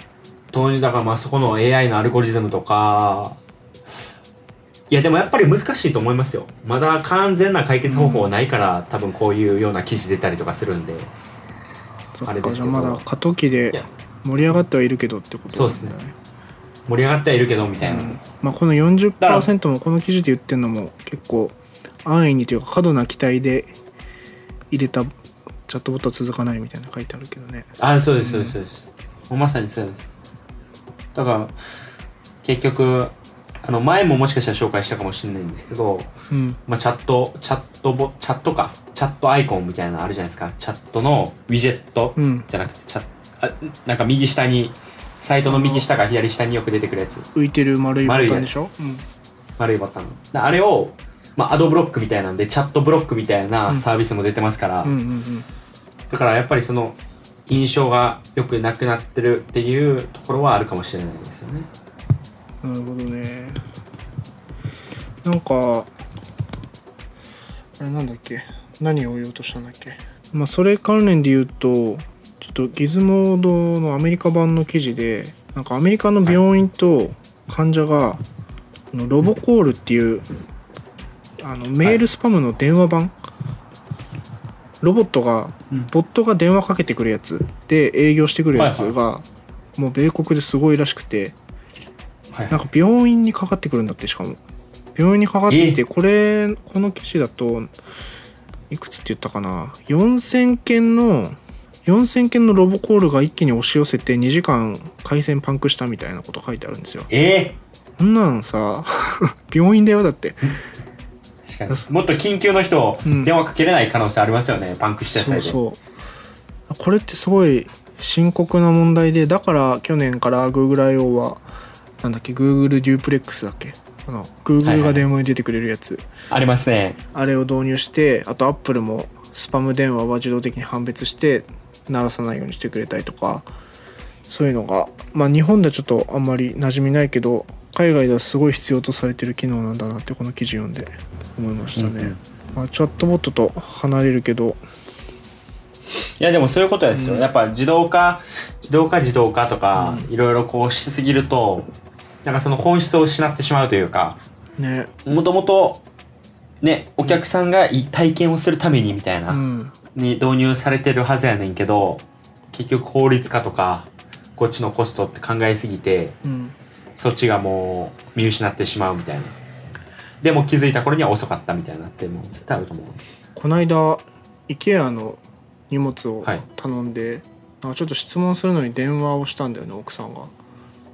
A: 当にだからまあそこの AI のアルゴリズムとかいやでもやっぱり難しいと思いますよまだ完全な解決方法はないから、多分こういうような記事出たりとかするんで
B: そ
A: あ
B: っ
A: れで
B: か
A: す
B: じ
A: け
B: ゃあ
A: ど
B: まだ過渡期
A: い
B: で
A: や
B: 盛り上がってはいるけどってことなんだ
A: そうです盛り上がってはいるけどみたいな、
B: うんまあ、この40%もこの記事で言ってるのも結構安易にというか過度な期待で入れたチャットボットは続かないみたいな書いてあるけどね
A: あそうですそうですそうです、もうまさにそうですだから結局あの前ももしかしたら紹介したかもしれないんですけど、
B: うん
A: まあ、チャットチャットボチャットかチャットアイコンみたいなのあるじゃないですかチャットのウィジェット、
B: うん
A: じゃなくてチャあなんか右下にサイトの右下か左下によく出てくるやつ
B: 浮いてる丸いボタンでしょ、
A: 丸いボタンだあれを、まあ、アドブロックみたいなんでチャットブロックみたいなサービスも出てますから、
B: うん、うんうんうん
A: だからやっぱりその印象がよくなくなってるっていうところはあるかもしれないですよね
B: なるほどねなんかあれなんだっけ何を言おうとしたんだっけまあそれ関連で言うとちょっとギズモードのアメリカ版の記事でなんかアメリカの病院と患者があのロボコールっていうあのメールスパムの電話版、ロボットが
A: うん
B: ボットが電話かけてくるやつで営業してくるやつ
A: はい
B: がもう米国ですごいらしくて
A: はい
B: なんか病院にかかってくるんだってしかも病院にかかってきてこれこの記事だといくつって言ったかな4000件の4000件のロボコールが一気に押し寄せて2時間回線パンクしたみたいなこと書いてあるんですよ
A: ええ
B: こんなんさ 病院だよだって
A: 確かにもっと緊急の人を
B: うん
A: 電話かけれない可能性ありますよね、パンクした
B: そ
A: 際
B: う
A: で
B: そうこれってすごい深刻な問題でだから去年から GoogleIO はなんだっけ Google デュープレックスだっけあの
A: はい
B: Google
A: はい
B: が電話に出てくれるやつ、
A: ありますね
B: あれを導入してあとアップルもスパム電話は自動的に判別して鳴らさないようにしてくれたりとかそういうのがまあ日本ではちょっとあんまり馴染みないけど海外ではすごい必要とされてる機能なんだなってこの記事読んで思いましたね、
A: うんうん
B: まあ、チャットボットと離れるけど
A: いやでもそういうことですよ、やっぱ自動化自動化自動化とか、いろいろこうしすぎるとなんかその本質を失ってしまうというか
B: ね
A: もともとねお客さんがいい体験をするためにみたいな、
B: うん
A: に導入されてるはずやねんけど結局効率化とかこっちのコストって考えすぎて
B: うん
A: そっちがもう見失ってしまうみたいなでも気づいた頃には遅かったみたいになってもう絶対あると思う
B: この間 IKEA の荷物を
A: はい
B: 頼んで、なんかちょっと質問するのに電話をしたんだよね奥さんが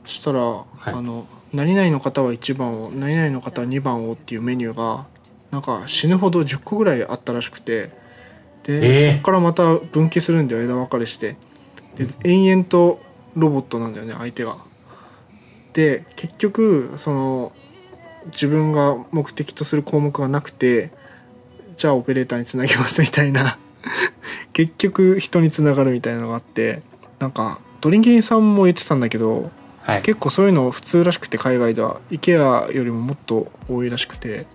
B: そしたら、
A: い
B: あの「何々の方は1番を何々の方は2番を」っていうメニューがなんか死ぬほど10個ぐらいあったらしくてで、
A: えー
B: そこからまた分岐するんだよ枝分かれしてで延々とロボットなんだよね相手が。で結局その自分が目的とする項目がなくてじゃあオペレーターにつなげますみたいな 結局人につながるみたいなのがあってなんかドリンキンさんも言ってたんだけど
A: はい
B: 結構そういうの普通らしくて海外では IKEA よりももっと多いらしくて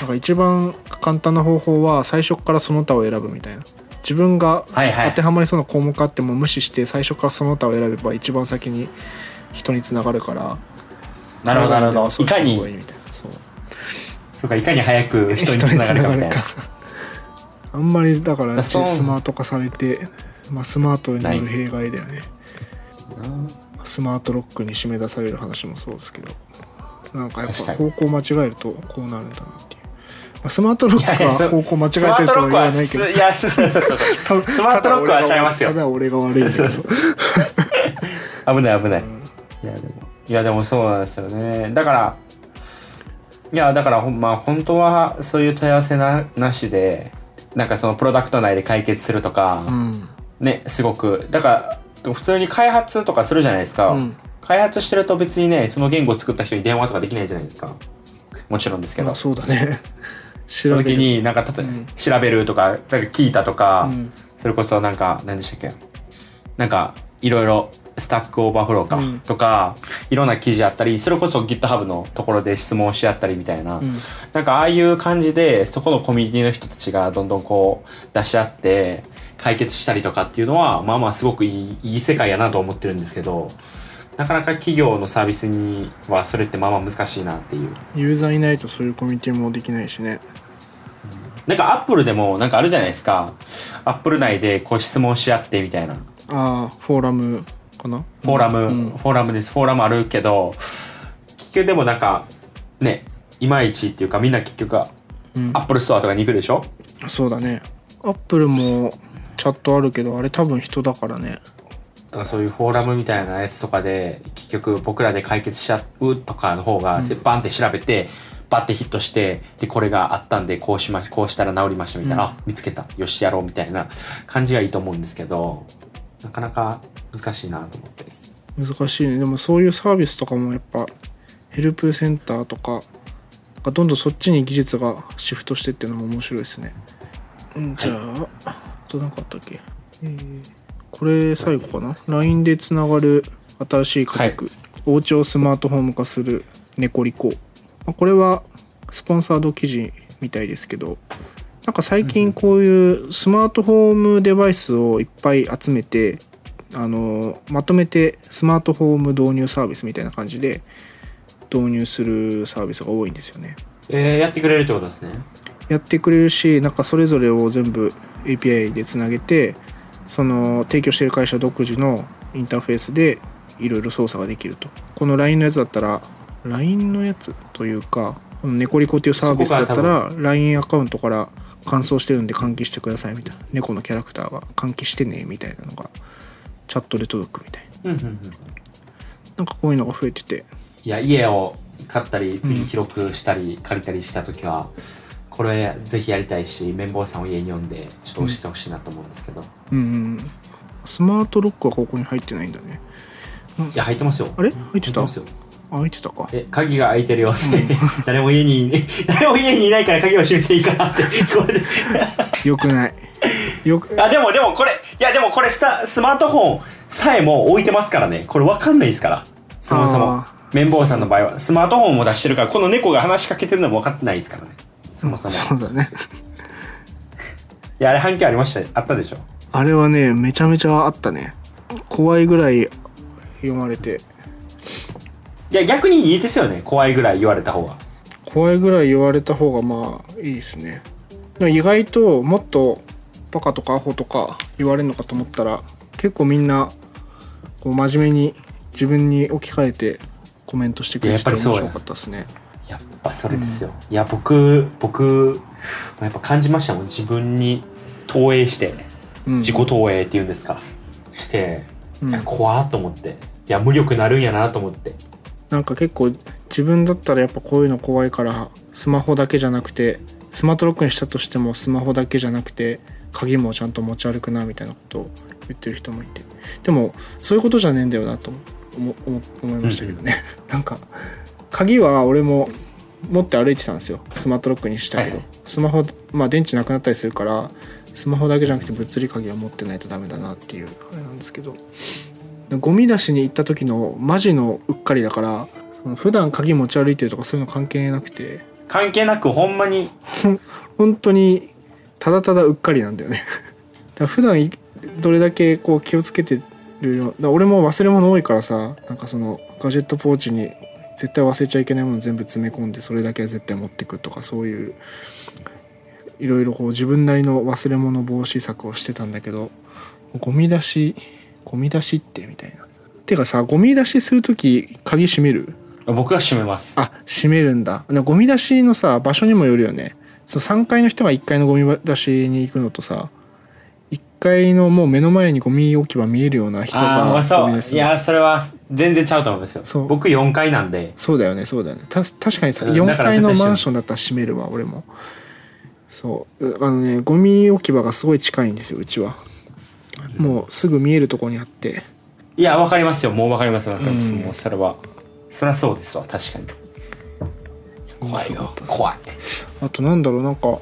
B: なんか一番簡単な方法は最初からその他を選ぶみたいな自分が
A: はいは
B: 当
A: い
B: てはまりそうな項目あっても無視して最初からその他を選べば一番先に人につながるから
A: なるほどなる
B: 海外では
A: ほ
B: そ
A: どいうか
B: う人の方が
A: に
B: いいみたいなそう
A: そうかいかに早く人
B: 人
A: に
B: に
A: つな
B: つ
A: がるか
B: なが
A: みた
B: る
A: いな
B: か あんまりだから
A: だそう
B: スマート化されて、まあ、スマートになる弊害だよねスマートロックに締め出される話もそうですけどなんかやっ
A: 確か
B: ぱ
A: に
B: 方向間違えるとこうなるんだなっていう、まあ、スマートロック
A: いやいやそ
B: は
A: う
B: 方向間違えてるとは言わないけど
A: スマートロックはすいやそうそうそうそう
B: 多分
A: スマートロックは違いますよ
B: ただ俺が悪いんだけど
A: 危ない危ない、いやでもいやでもそうなんですよねだからいやだからほんまあ本当はそういう問い合わせななしでなんかそのプロダクト内で解決するとか、
B: うん
A: ねすごくだから普通に開発とかするじゃないですか、
B: うん
A: 開発してると別にねその言語を作った人に電話とかできないじゃないですかもちろんですけど、
B: まあそうだ ね
A: そ
B: 調
A: の時
B: べる
A: になんか例えば調べるとかなんか聞いたとか、
B: うん
A: それこそなんか何でしたっけなんかいろいろスタックオーバーフローか、
B: うん
A: とかいろんな記事あったりそれこそ GitHub のところで質問し合ったりみたいな、
B: うん
A: なんかああいう感じでそこのコミュニティの人たちがどんどんこう出し合って解決したりとかっていうのはまあまあすごくいいいい世界やなと思ってるんですけどなかなか企業のサービスにはそれってまあまあ難しいなっていう
B: ユーザーいないとそういうコミュニティもできないしね
A: なんかアップルでもなんかあるじゃないですかアップル内でこう質問し合ってみたいな
B: ああフォーラムかな
A: フォーラム、フォーラムですフォーラムあるけど結局でもなんかねいまいちっていうかみんな結局ア
B: うん
A: ップルストアとかに行くでしょ、
B: そうだねアップルもチャットあるけどあれ多分人だからね
A: だからそういうフォーラムみたいなやつとかで結局僕らで解決しちゃうとかの方が、バンって調べてバッてヒットしてでこれがあったんでこうしましこうしたら治りましたみたいな、あ見つけたよしやろうみたいな感じがいいと思うんですけどなかなか難しいなと思って
B: 難しいねでもそういうサービスとかもやっぱヘルプセンターとかなんかどんどんそっちに技術がシフトしてっていうのも面白いですねうんじゃああと何かあったっけ、えーこれ最後かな LINE でつながる新しい家族、お家をスマートフォーム化するネコリコ、まあこれはスポンサード記事みたいですけどなんか最近こういうスマートフォームデバイスをいっぱい集めてあのまとめてスマートフォーム導入サービスみたいな感じで導入するサービスが多いんですよね。
A: えー、やってくれるってことですね
B: やってくれるしなんかそれぞれを全部 API でつなげてその提供してる会社独自のインターフェースでいろいろ操作ができるとこの LINE のやつだったら LINE のやつというかこのネコリコっていうサービスだった
A: そこ
B: ら LINE アカウントから乾燥してるんで換気してくださいみたいな猫のキャラクターが換気してねみたいなのがチャットで届くみたいな
A: うんうんうん
B: なんかこういうのが増えてて
A: いや家を買ったり次広くしたり借りたりした時は、これぜひやりたいし綿棒さんを家に呼んでちょっと教えてほしいなと思うんですけど、い
B: うんうんスマートロックはここに入ってないんだね
A: や入ってますよ
B: あれ入
A: 入
B: って
A: って
B: たあ
A: ますよ
B: 入ってたか
A: え鍵が開いてるよって、 誰も家に誰も家にいないから鍵を閉めていいかなってこれで
B: よくない。よく、
A: あでもでもこれいやでもこれスタスマートフォンさえも置いてますからねこれわかんないですからそもそ
B: あ
A: も
B: ー
A: 綿棒さんの場合はスマートフォンも出してるからこの猫が話しかけてるのも分かってないですからねそもそも、
B: そうだね。
A: いやあれ反響ありましたあったでしょ
B: あれはね、めちゃめちゃあったね。怖いぐらい読まれて、
A: いや逆にいいですよね怖いぐらい言われた方が
B: 怖いぐらい言われた方がまあいいですね。でも意外ともっとバカとかアホとか言われるのかと思ったら、結構みんなこう真面目に自分に置き換えてコメントしてくれてて
A: いややっぱ
B: 面
A: りそうや
B: 白かったですね。
A: やっぱそれですよ、いや僕僕やっぱ感じましたもん自分に投影して
B: うん
A: 自己投影っていうんですか、して
B: うん
A: いや怖っと思っていや無力なるんやなと思って
B: なんか結構自分だったらやっぱこういうの怖いからスマホだけじゃなくてスマートロックにしたとしてもスマホだけじゃなくて鍵もちゃんと持ち歩くなみたいなことを言ってる人もいてでもそういうことじゃねえんだよなと思思思いましたけどね、 なんか鍵は俺も持って歩いてたんですよスマートロックにしたけど、
A: はい
B: スマホ、まあ、電池なくなったりするからスマホだけじゃなくて物理鍵は持ってないとダメだなっていうあれなんですけどゴミ出しに行った時のマジのうっかりだからその普段鍵持ち歩いてるとかそういうの関係なくて
A: 関係なくほんまに
B: 本当にただただうっかりなんだよね だから普段いどれだけこう気をつけてるよだから俺も忘れ物多いからさなんかそのガジェットポーチに絶対忘れちゃいけないもの全部詰め込んでそれだけは絶対持ってくとかそういういろいろこう自分なりの忘れ物防止策をしてたんだけどゴミ出しゴミ出しってみたいなてかさゴミ出しする時鍵閉める
A: 僕が閉めます
B: あ閉めるんだでゴミ出しのさ場所にもよるよねそう3階の人が1階のゴミ出しに行くのとさ1階のもう目の前にゴミ置き場見えるような人
A: あーま
B: が
A: あそ
B: ゴミ
A: う
B: 出す
A: いやそれは全然ちゃうと思います
B: そ
A: よ
B: う
A: 僕4階なんで
B: そうだよねそうだよねた確かにさ
A: うん
B: 4
A: だから
B: 階
A: 絶対閉め
B: の
A: ます
B: マンションだったら閉めるわ俺もそううあのねゴミ置き場がすごい近いんですようちはもうすぐ見えるとこにあって
A: いやわかりますよもうわかりますわかりますもうそれはそりゃそうですわ確かに怖いよ怖い
B: あとなんだろうなんか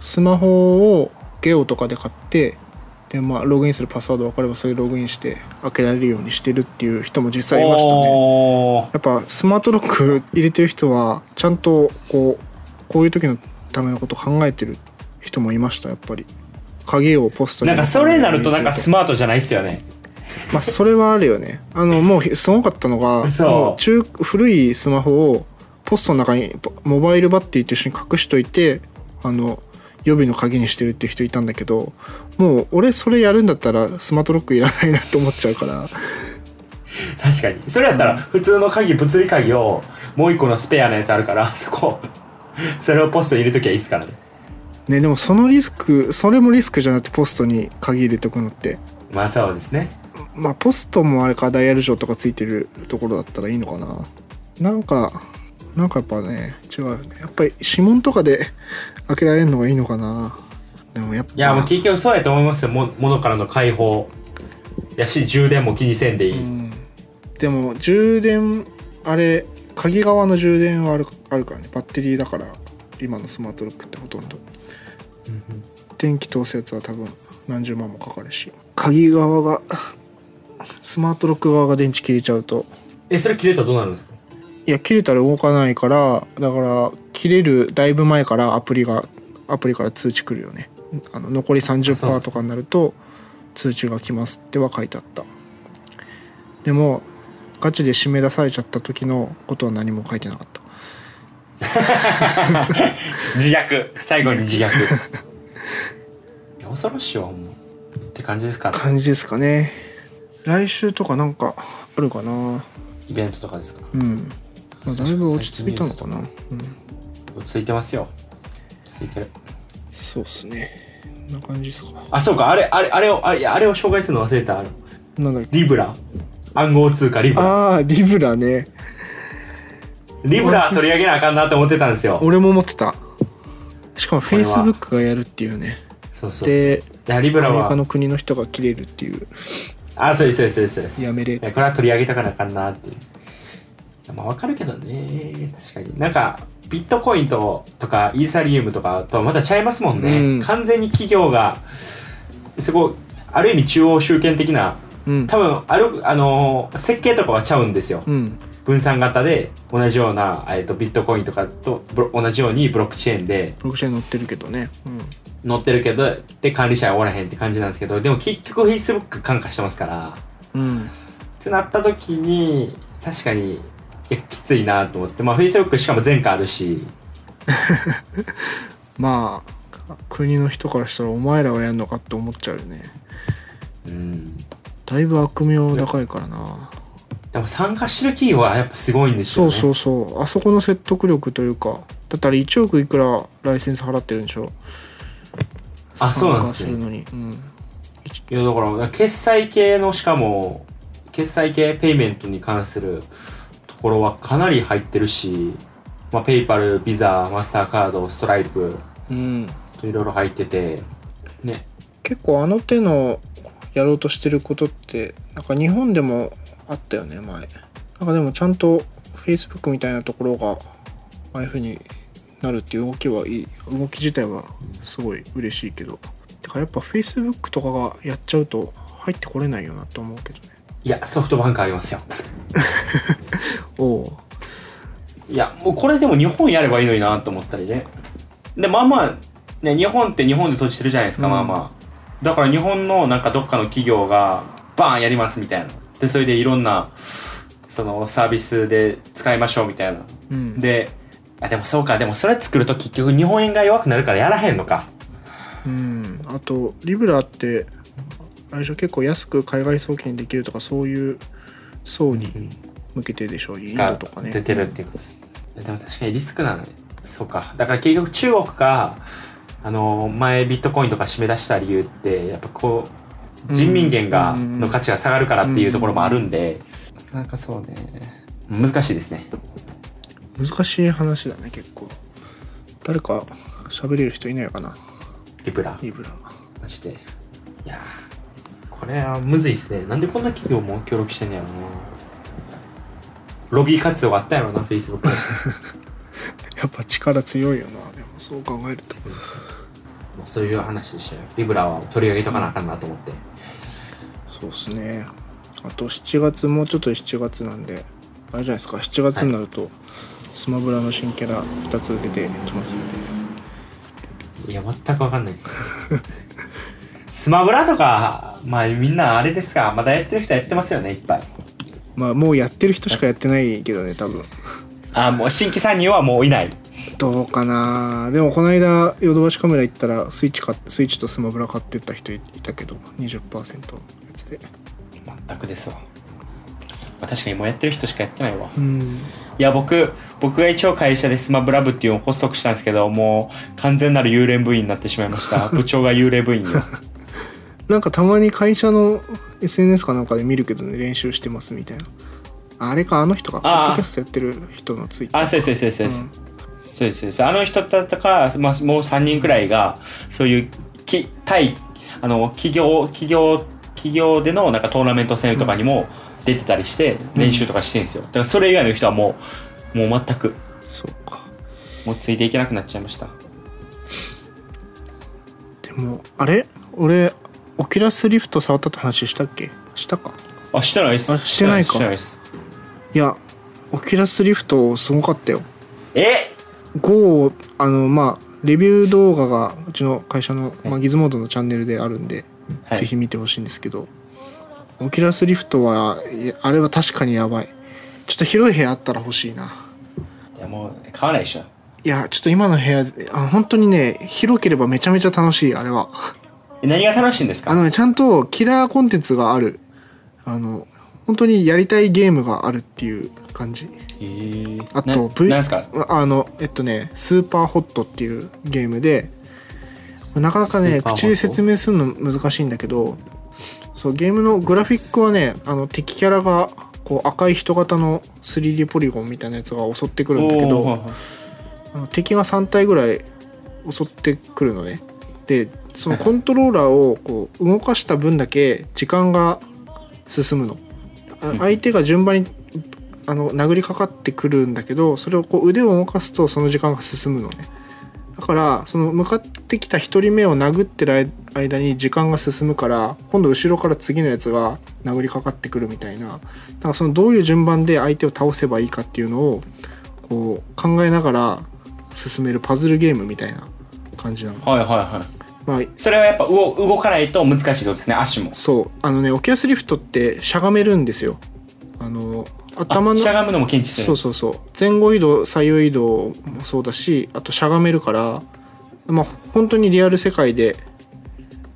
B: スマホをゲオとかで買ってでまあログインするパスワード分かればそれでログインして開けられるようにしてるっていう人も実際いましたね
A: おー
B: やっぱスマートロック入れてる人はちゃんとこうこういう時のためのことを考えてる人もいましたやっぱり鍵をポストに
A: なんかそれになるとなんかスマートじゃないっすよね
B: まあそれはあるよねあのもうひすごかったのが
A: 嘘
B: もう中古いスマホをポストの中にポモバイルバッテリーと一緒に隠しといてあの予備の鍵にしてるって人いたんだけどもう俺それやるんだったらスマートロックいらないなって思っちゃうから
A: 確かにそれやったら普通の鍵物理鍵をもう一個のスペアのやつあるからそこそれをポストに入れときゃいいっすからね
B: ねでもそのリスクそれもリスクじゃなくてポストに鍵入れとくのって
A: まあそうですね
B: まあポストもあれかダイヤル錠とかついてるところだったらいいのかななんかなんかやっぱね違うよねやっぱり指紋とかで開けられるのがいいのかなでもやっぱ
A: いやもう結局そうやと思いますよも物からの解放やし充電も気にせんでいい、
B: うんでも充電あれ鍵側の充電はあるあるからねバッテリーだから今のスマートロックってほとんど電気通すやつは多分何十万もかかるし鍵側がスマートロック側が電池切れちゃうと
A: えそれ切れたらどうなるんですか
B: いや切れたら動かないからだから切れるだいぶ前からアプリがアプリから通知来るよねあの残り
A: そうで
B: 30%
A: す
B: とかになると通知が来ますっては書いてあったでもガチで締め出されちゃった時のことは何も書いてなかった
A: 自虐最後に自虐 いや恐ろしいわほんまって感じですかね
B: 感じですかね来週とかなんかあるかな
A: イベントとかですか
B: うん、まあ、だいぶ落ち着いたのかな、うん、
A: 落ち着いてますよ落ち着いてる
B: そうっすねこんな感じですか
A: あそうかあれあれあれをあれあれを紹介するの忘れたあの
B: なんだっけ
A: リブラ暗号通貨リブラ
B: ああリブラね
A: リブラ取り上げなあかんなって思ってたんですよ
B: 俺も思ってたしかもフ
A: れ
B: ェ
A: は
B: イスブックがやるっていうね
A: そうそうそう
B: で
A: いやリブ
B: ア
A: ラ
B: メリカ
A: は
B: の国の人が切れるっていう
A: あそうですそうですそうですそうです
B: やめれ
A: いやこれは取り上げたかなあかんなっていういやまあわかるけどね確かになんかビットコインととかイーサリウムとかとはまたちゃいますもんね、
B: うん
A: 完全に企業がすごいある意味中央集権的な
B: うん
A: 多分あるあのー設計とかはちゃうんですよ、
B: うん
A: 分散型で同じような、えっとビットコインとかとブロ同じようにブロックチェーンで
B: ブロックチェーン載ってるけどねうん
A: 載ってるけどで管理者はおらへんって感じなんですけどでも結局 Facebook 感化してますから
B: うん
A: ってなった時に確かにいやきついなと思ってまあ Facebook しかも前科あるし
B: まあ国の人からしたらお前らがやんのかって思っちゃうよね
A: うん
B: だいぶ悪名高いからな
A: でも参加してる企業はやっぱすごいんですよ
B: そ
A: ね
B: うそうそうあそこの説得力というかだってあれ1億いくらライセンス払ってるんでしょ
A: あそうなんです
B: 参加
A: ね
B: するのにうん
A: いやだから決済系のしかも決済系ペイメントに関するところはかなり入ってるし、まあ、ペイパルビザマスターカードストライプ
B: うん
A: といろいろ入っててね
B: 結構あの手のやろうとしてることってなんか日本でもあったよね前なんかでもちゃんと Facebook みたいなところがああいうふうになるっていう動きはいい動き自体はすごい嬉しいけどてかやっぱ Facebook とかがやっちゃうと入ってこれないよなと思うけどね
A: いやソフトバンクありますよ
B: おお
A: いやもうこれでも日本やればいいのになと思ったりねでまあまあ、ね、日本って日本で閉じてるじゃないですか、
B: うん
A: まあまあだから日本のなんかどっかの企業がバーンやりますみたいなでそれでいろんなそのサービスで使いましょうみたいな
B: うん
A: であでもそうかでもそれ作ると結局日本円が弱くなるからやらへんのか
B: うんあとリブラってあれでしょ結構安く海外送金できるとかそういう層に向けてでしょインドとかね
A: 出てるっていうことです、でも確かにリスクなのねそうかだから結局中国があの前ビットコインとか締め出した理由ってやっぱこう人民元が、
B: うん
A: の価値が下がるからっていうところもあるんで、なんかそうね難しいですね
B: 難しい話だね結構誰か喋れる人いないかな
A: リプラ
B: リブラ
A: マジでいやーこれはむずいですねなんでこんな企業も協力してんねやろなロビー活動があったんやろなフェイ スブック
B: やっぱ力強いよなでもそう考えると
A: そういう話でしたよリブラは取り上げとかなあかんなと思って、
B: そうですねあと7月もうちょっとで7月なんであれじゃないですか7月になると、スマブラの新キャラ2つ出てきますんで
A: いや、全くわかんないです。スマブラとか、まあみんなあれですか、まだやってる人はやってますよね、いっぱい。
B: まあもうやってる人しかやってないけどね多分
A: あ、もう新規参入はもういない。
B: どうかなでもこの間ヨドバシカメラ行ったらスイッチ買っスイッチとスマブラ買ってった人いたけど20%のやつで
A: 全くですわ。まあ確かにもうやってる人しかやってないわ。
B: うん
A: いや、僕、僕が一応会社でスマブラ部っていうのを発足したんですけど、もう完全なる幽霊部員になってしまいました。部長が幽霊部員よ。
B: なんかたまに会社の SNS かなんかで見るけどね練習してますみたいなあれかあの人がポ
A: あー
B: ッドキャストやってる人のツイッター
A: あ、そうです、そうです、そうです。そうですそうです。あの人だとか、まあ、もう3人くらいが、そういう、き対、あの、企業、企業、企業でのなんかトーナメント戦とかにも出てたりして、練習とかしてんですよ。だからそれ以外の人はもう、もう全く、
B: そうか
A: もうついていけなくなっちゃいました。
B: でもあれ俺オキュラスリフト触ったって話したっけしたか
A: あ、してないです。
B: あしてないか
A: してないです。
B: いやオキュラスリフトすごかったよ
A: え
B: GO をあのまあレビュー動画がうちの会社の、まあ、ギズモードのチャンネルであるんで、
A: はい
B: ぜひ見てほしいんですけどオキュラスリフトはいやあれは確かにやばいちょっと広い部屋あったら欲しいない
A: や、もう、買わないでしょ。
B: いやちょっと今の部屋あ本当にね広ければめちゃめちゃ楽しいあれは
A: え何が楽しいんです
B: あ
A: か
B: のねちゃんとキラーコンテンツがあるあの本当にやりたいゲームがあるっていう感じ
A: えー
B: あ
A: な
B: と
A: なんですか
B: あのえっとね「スーパーホット」っていうゲームでなかなか
A: ス
B: ね
A: ーパーホット
B: 口で説明するの難しいんだけどそうゲームのグラフィックはねあの敵キャラがこう赤い人型の 3D ポリゴンみたいなやつが襲ってくるんだけど、
A: おー
B: あの敵が3体ぐらい襲ってくるのねでそのコントローラーをこう動かした分だけ時間が進むのあ相手が順番にあの殴りかかってくるんだけどそれをこう腕を動かすとその時間が進むのねだからその向かってきた1人目を殴ってる間間に時間が進むから今度後ろから次のやつが殴りかかってくるみたいなだからそのどういう順番で相手を倒せばいいかっていうのをこう考えながら進めるパズルゲームみたいな感じなの。
A: はいはいはい。
B: まあ
A: それはやっぱ動動かないと難しいってことですね、足も。
B: そうあのねオキュラスリフトってしゃがめるんですよ。あの頭
A: あ
B: の
A: しゃがむのも検知する
B: そうそうそう前後移動左右移動もそうだしあとしゃがめるからまあ本当にリアル世界で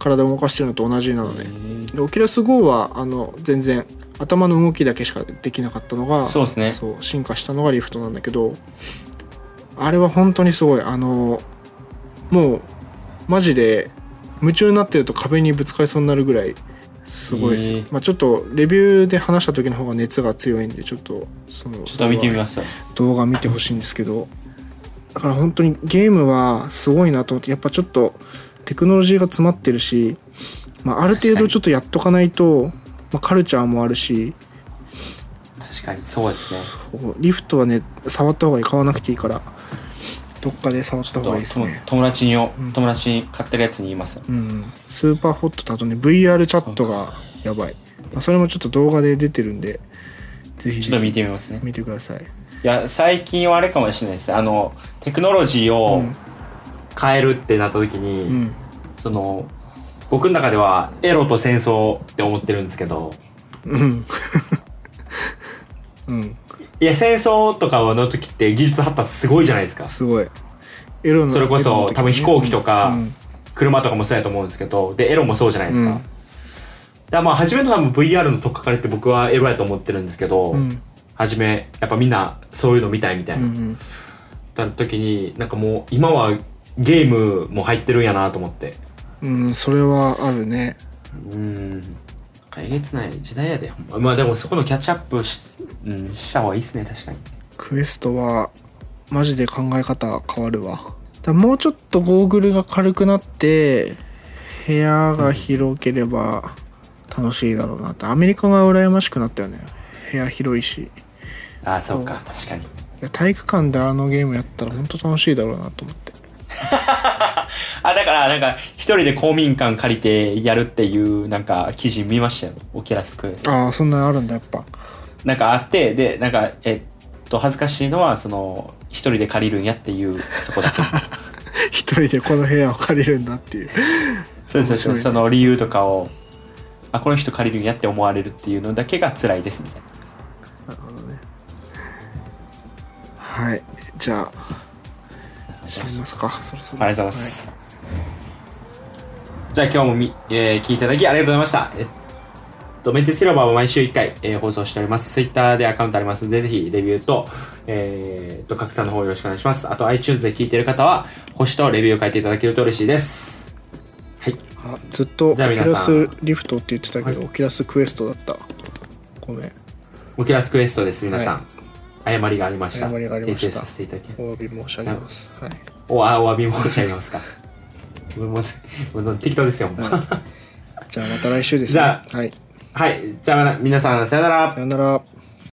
B: 体を動かしてるのと同じなのねでオキュラス GO はあの全然頭の動きだけしかできなかったのが
A: そうですね
B: そう進化したのがリフトなんだけどあれは本当にすごいあのもうマジで夢中になってると壁にぶつかりそうになるぐらいすごいですよ、
A: へー
B: まあ、ちょっとレビューで話した時の方が熱が強いんでちょっとその
A: ちょっと見てみますすよ。
B: 動画見てほしいんですけどだから本当にゲームはすごいなと思ってやっぱちょっとテクノロジーが詰まってるし、まあ、ある程度ちょっとやっとかないと、まあ、カルチャーもあるし
A: 確かにそうですね
B: リフトはね触った方がいい買わなくていいからどっかで触った方がいいですね
A: 友達にを、友達に買ってるやつに言います。
B: うんスーパーホットとあとね VR チャットがやばい、まあ、それもちょっと動画で出てるんでぜひ
A: ちょ
B: ぜ
A: っと見
B: ひ
A: てみますね。
B: 見てください
A: いや最近はあれかもしれないですねあのテクノロジーを変えるってなった時に、
B: うん
A: その僕の中ではエロと戦争って思ってるんですけど
B: うん、 うん、
A: いや戦争とかの時って技術発達すごいじゃないですか
B: すごいエロの
A: それこそ多分飛行機とか
B: うんうん
A: 車とかもそうやと思うんですけどでエロもそうじゃないですか、
B: うん
A: だからまあ初めの多分 VR のとっかかりって僕はエロやと思ってるんですけど、
B: うん
A: 初めやっぱみんなそういうの見たいみたいな、
B: うんうん
A: だった時になんかもう今はゲームも入ってるんやなと思って
B: うん、それはあるね。
A: うんえげつない時代やでほんままあでもそこのキャッチアップし,、うん、した方がいいっすね確かに
B: クエストは、マジで考え方変わるわ。だもうちょっとゴーグルが軽くなって、部屋が広ければ楽しいだろうなって。アメリカが羨ましくなったよね。部屋広いし。
A: ああそうか確かに
B: いや体育館であのゲームやったら本当楽しいだろうなと思って。
A: あだからなんか一人で公民館借りてやるっていうなんか記事見ましたよオキュラスクエスト
B: ああ、そんなのあるんだ、やっぱ。
A: なんかあってでなんかえっと恥ずかしいのはその一人で借りるんやっていうそこだ け
B: 一人でこの部屋を借りるんだっていう。
A: そうですそう
B: 面白
A: で
B: いね
A: すその理由とかをあこの人借りるんやって思われるっていうのだけが辛いですみたいな
B: はい。じゃあ、
A: あり
B: 閉めますか。そろそろ。
A: がとうございます、じゃあ今日もみ、えー聞いていただきありがとうございましたえっとメンテスラバーは毎週1回、えー放送しております Twitter でアカウントありますのでぜひレビューと,、えー、と拡散の方よろしくお願いしますあと iTunes で聞いている方は星とレビューを書いていただけると嬉しいですはい
B: あずっとオキ
A: じゃあ
B: ュ
A: 皆
B: ラ
A: さん
B: スリフトって言ってたけど、
A: はい
B: オキュラスクエストだったごめん
A: オキュラスクエストです皆さん、誤りがありました
B: 誤りがありました
A: 訂正させていただき
B: お詫び申し上げますはい
A: おあお詫び申し上げます かもうもうもう適当ですよ、ほんま
B: じゃあまた来週ですね
A: じゃ
B: はい
A: はいじゃあ皆さんさよなら
B: さよなら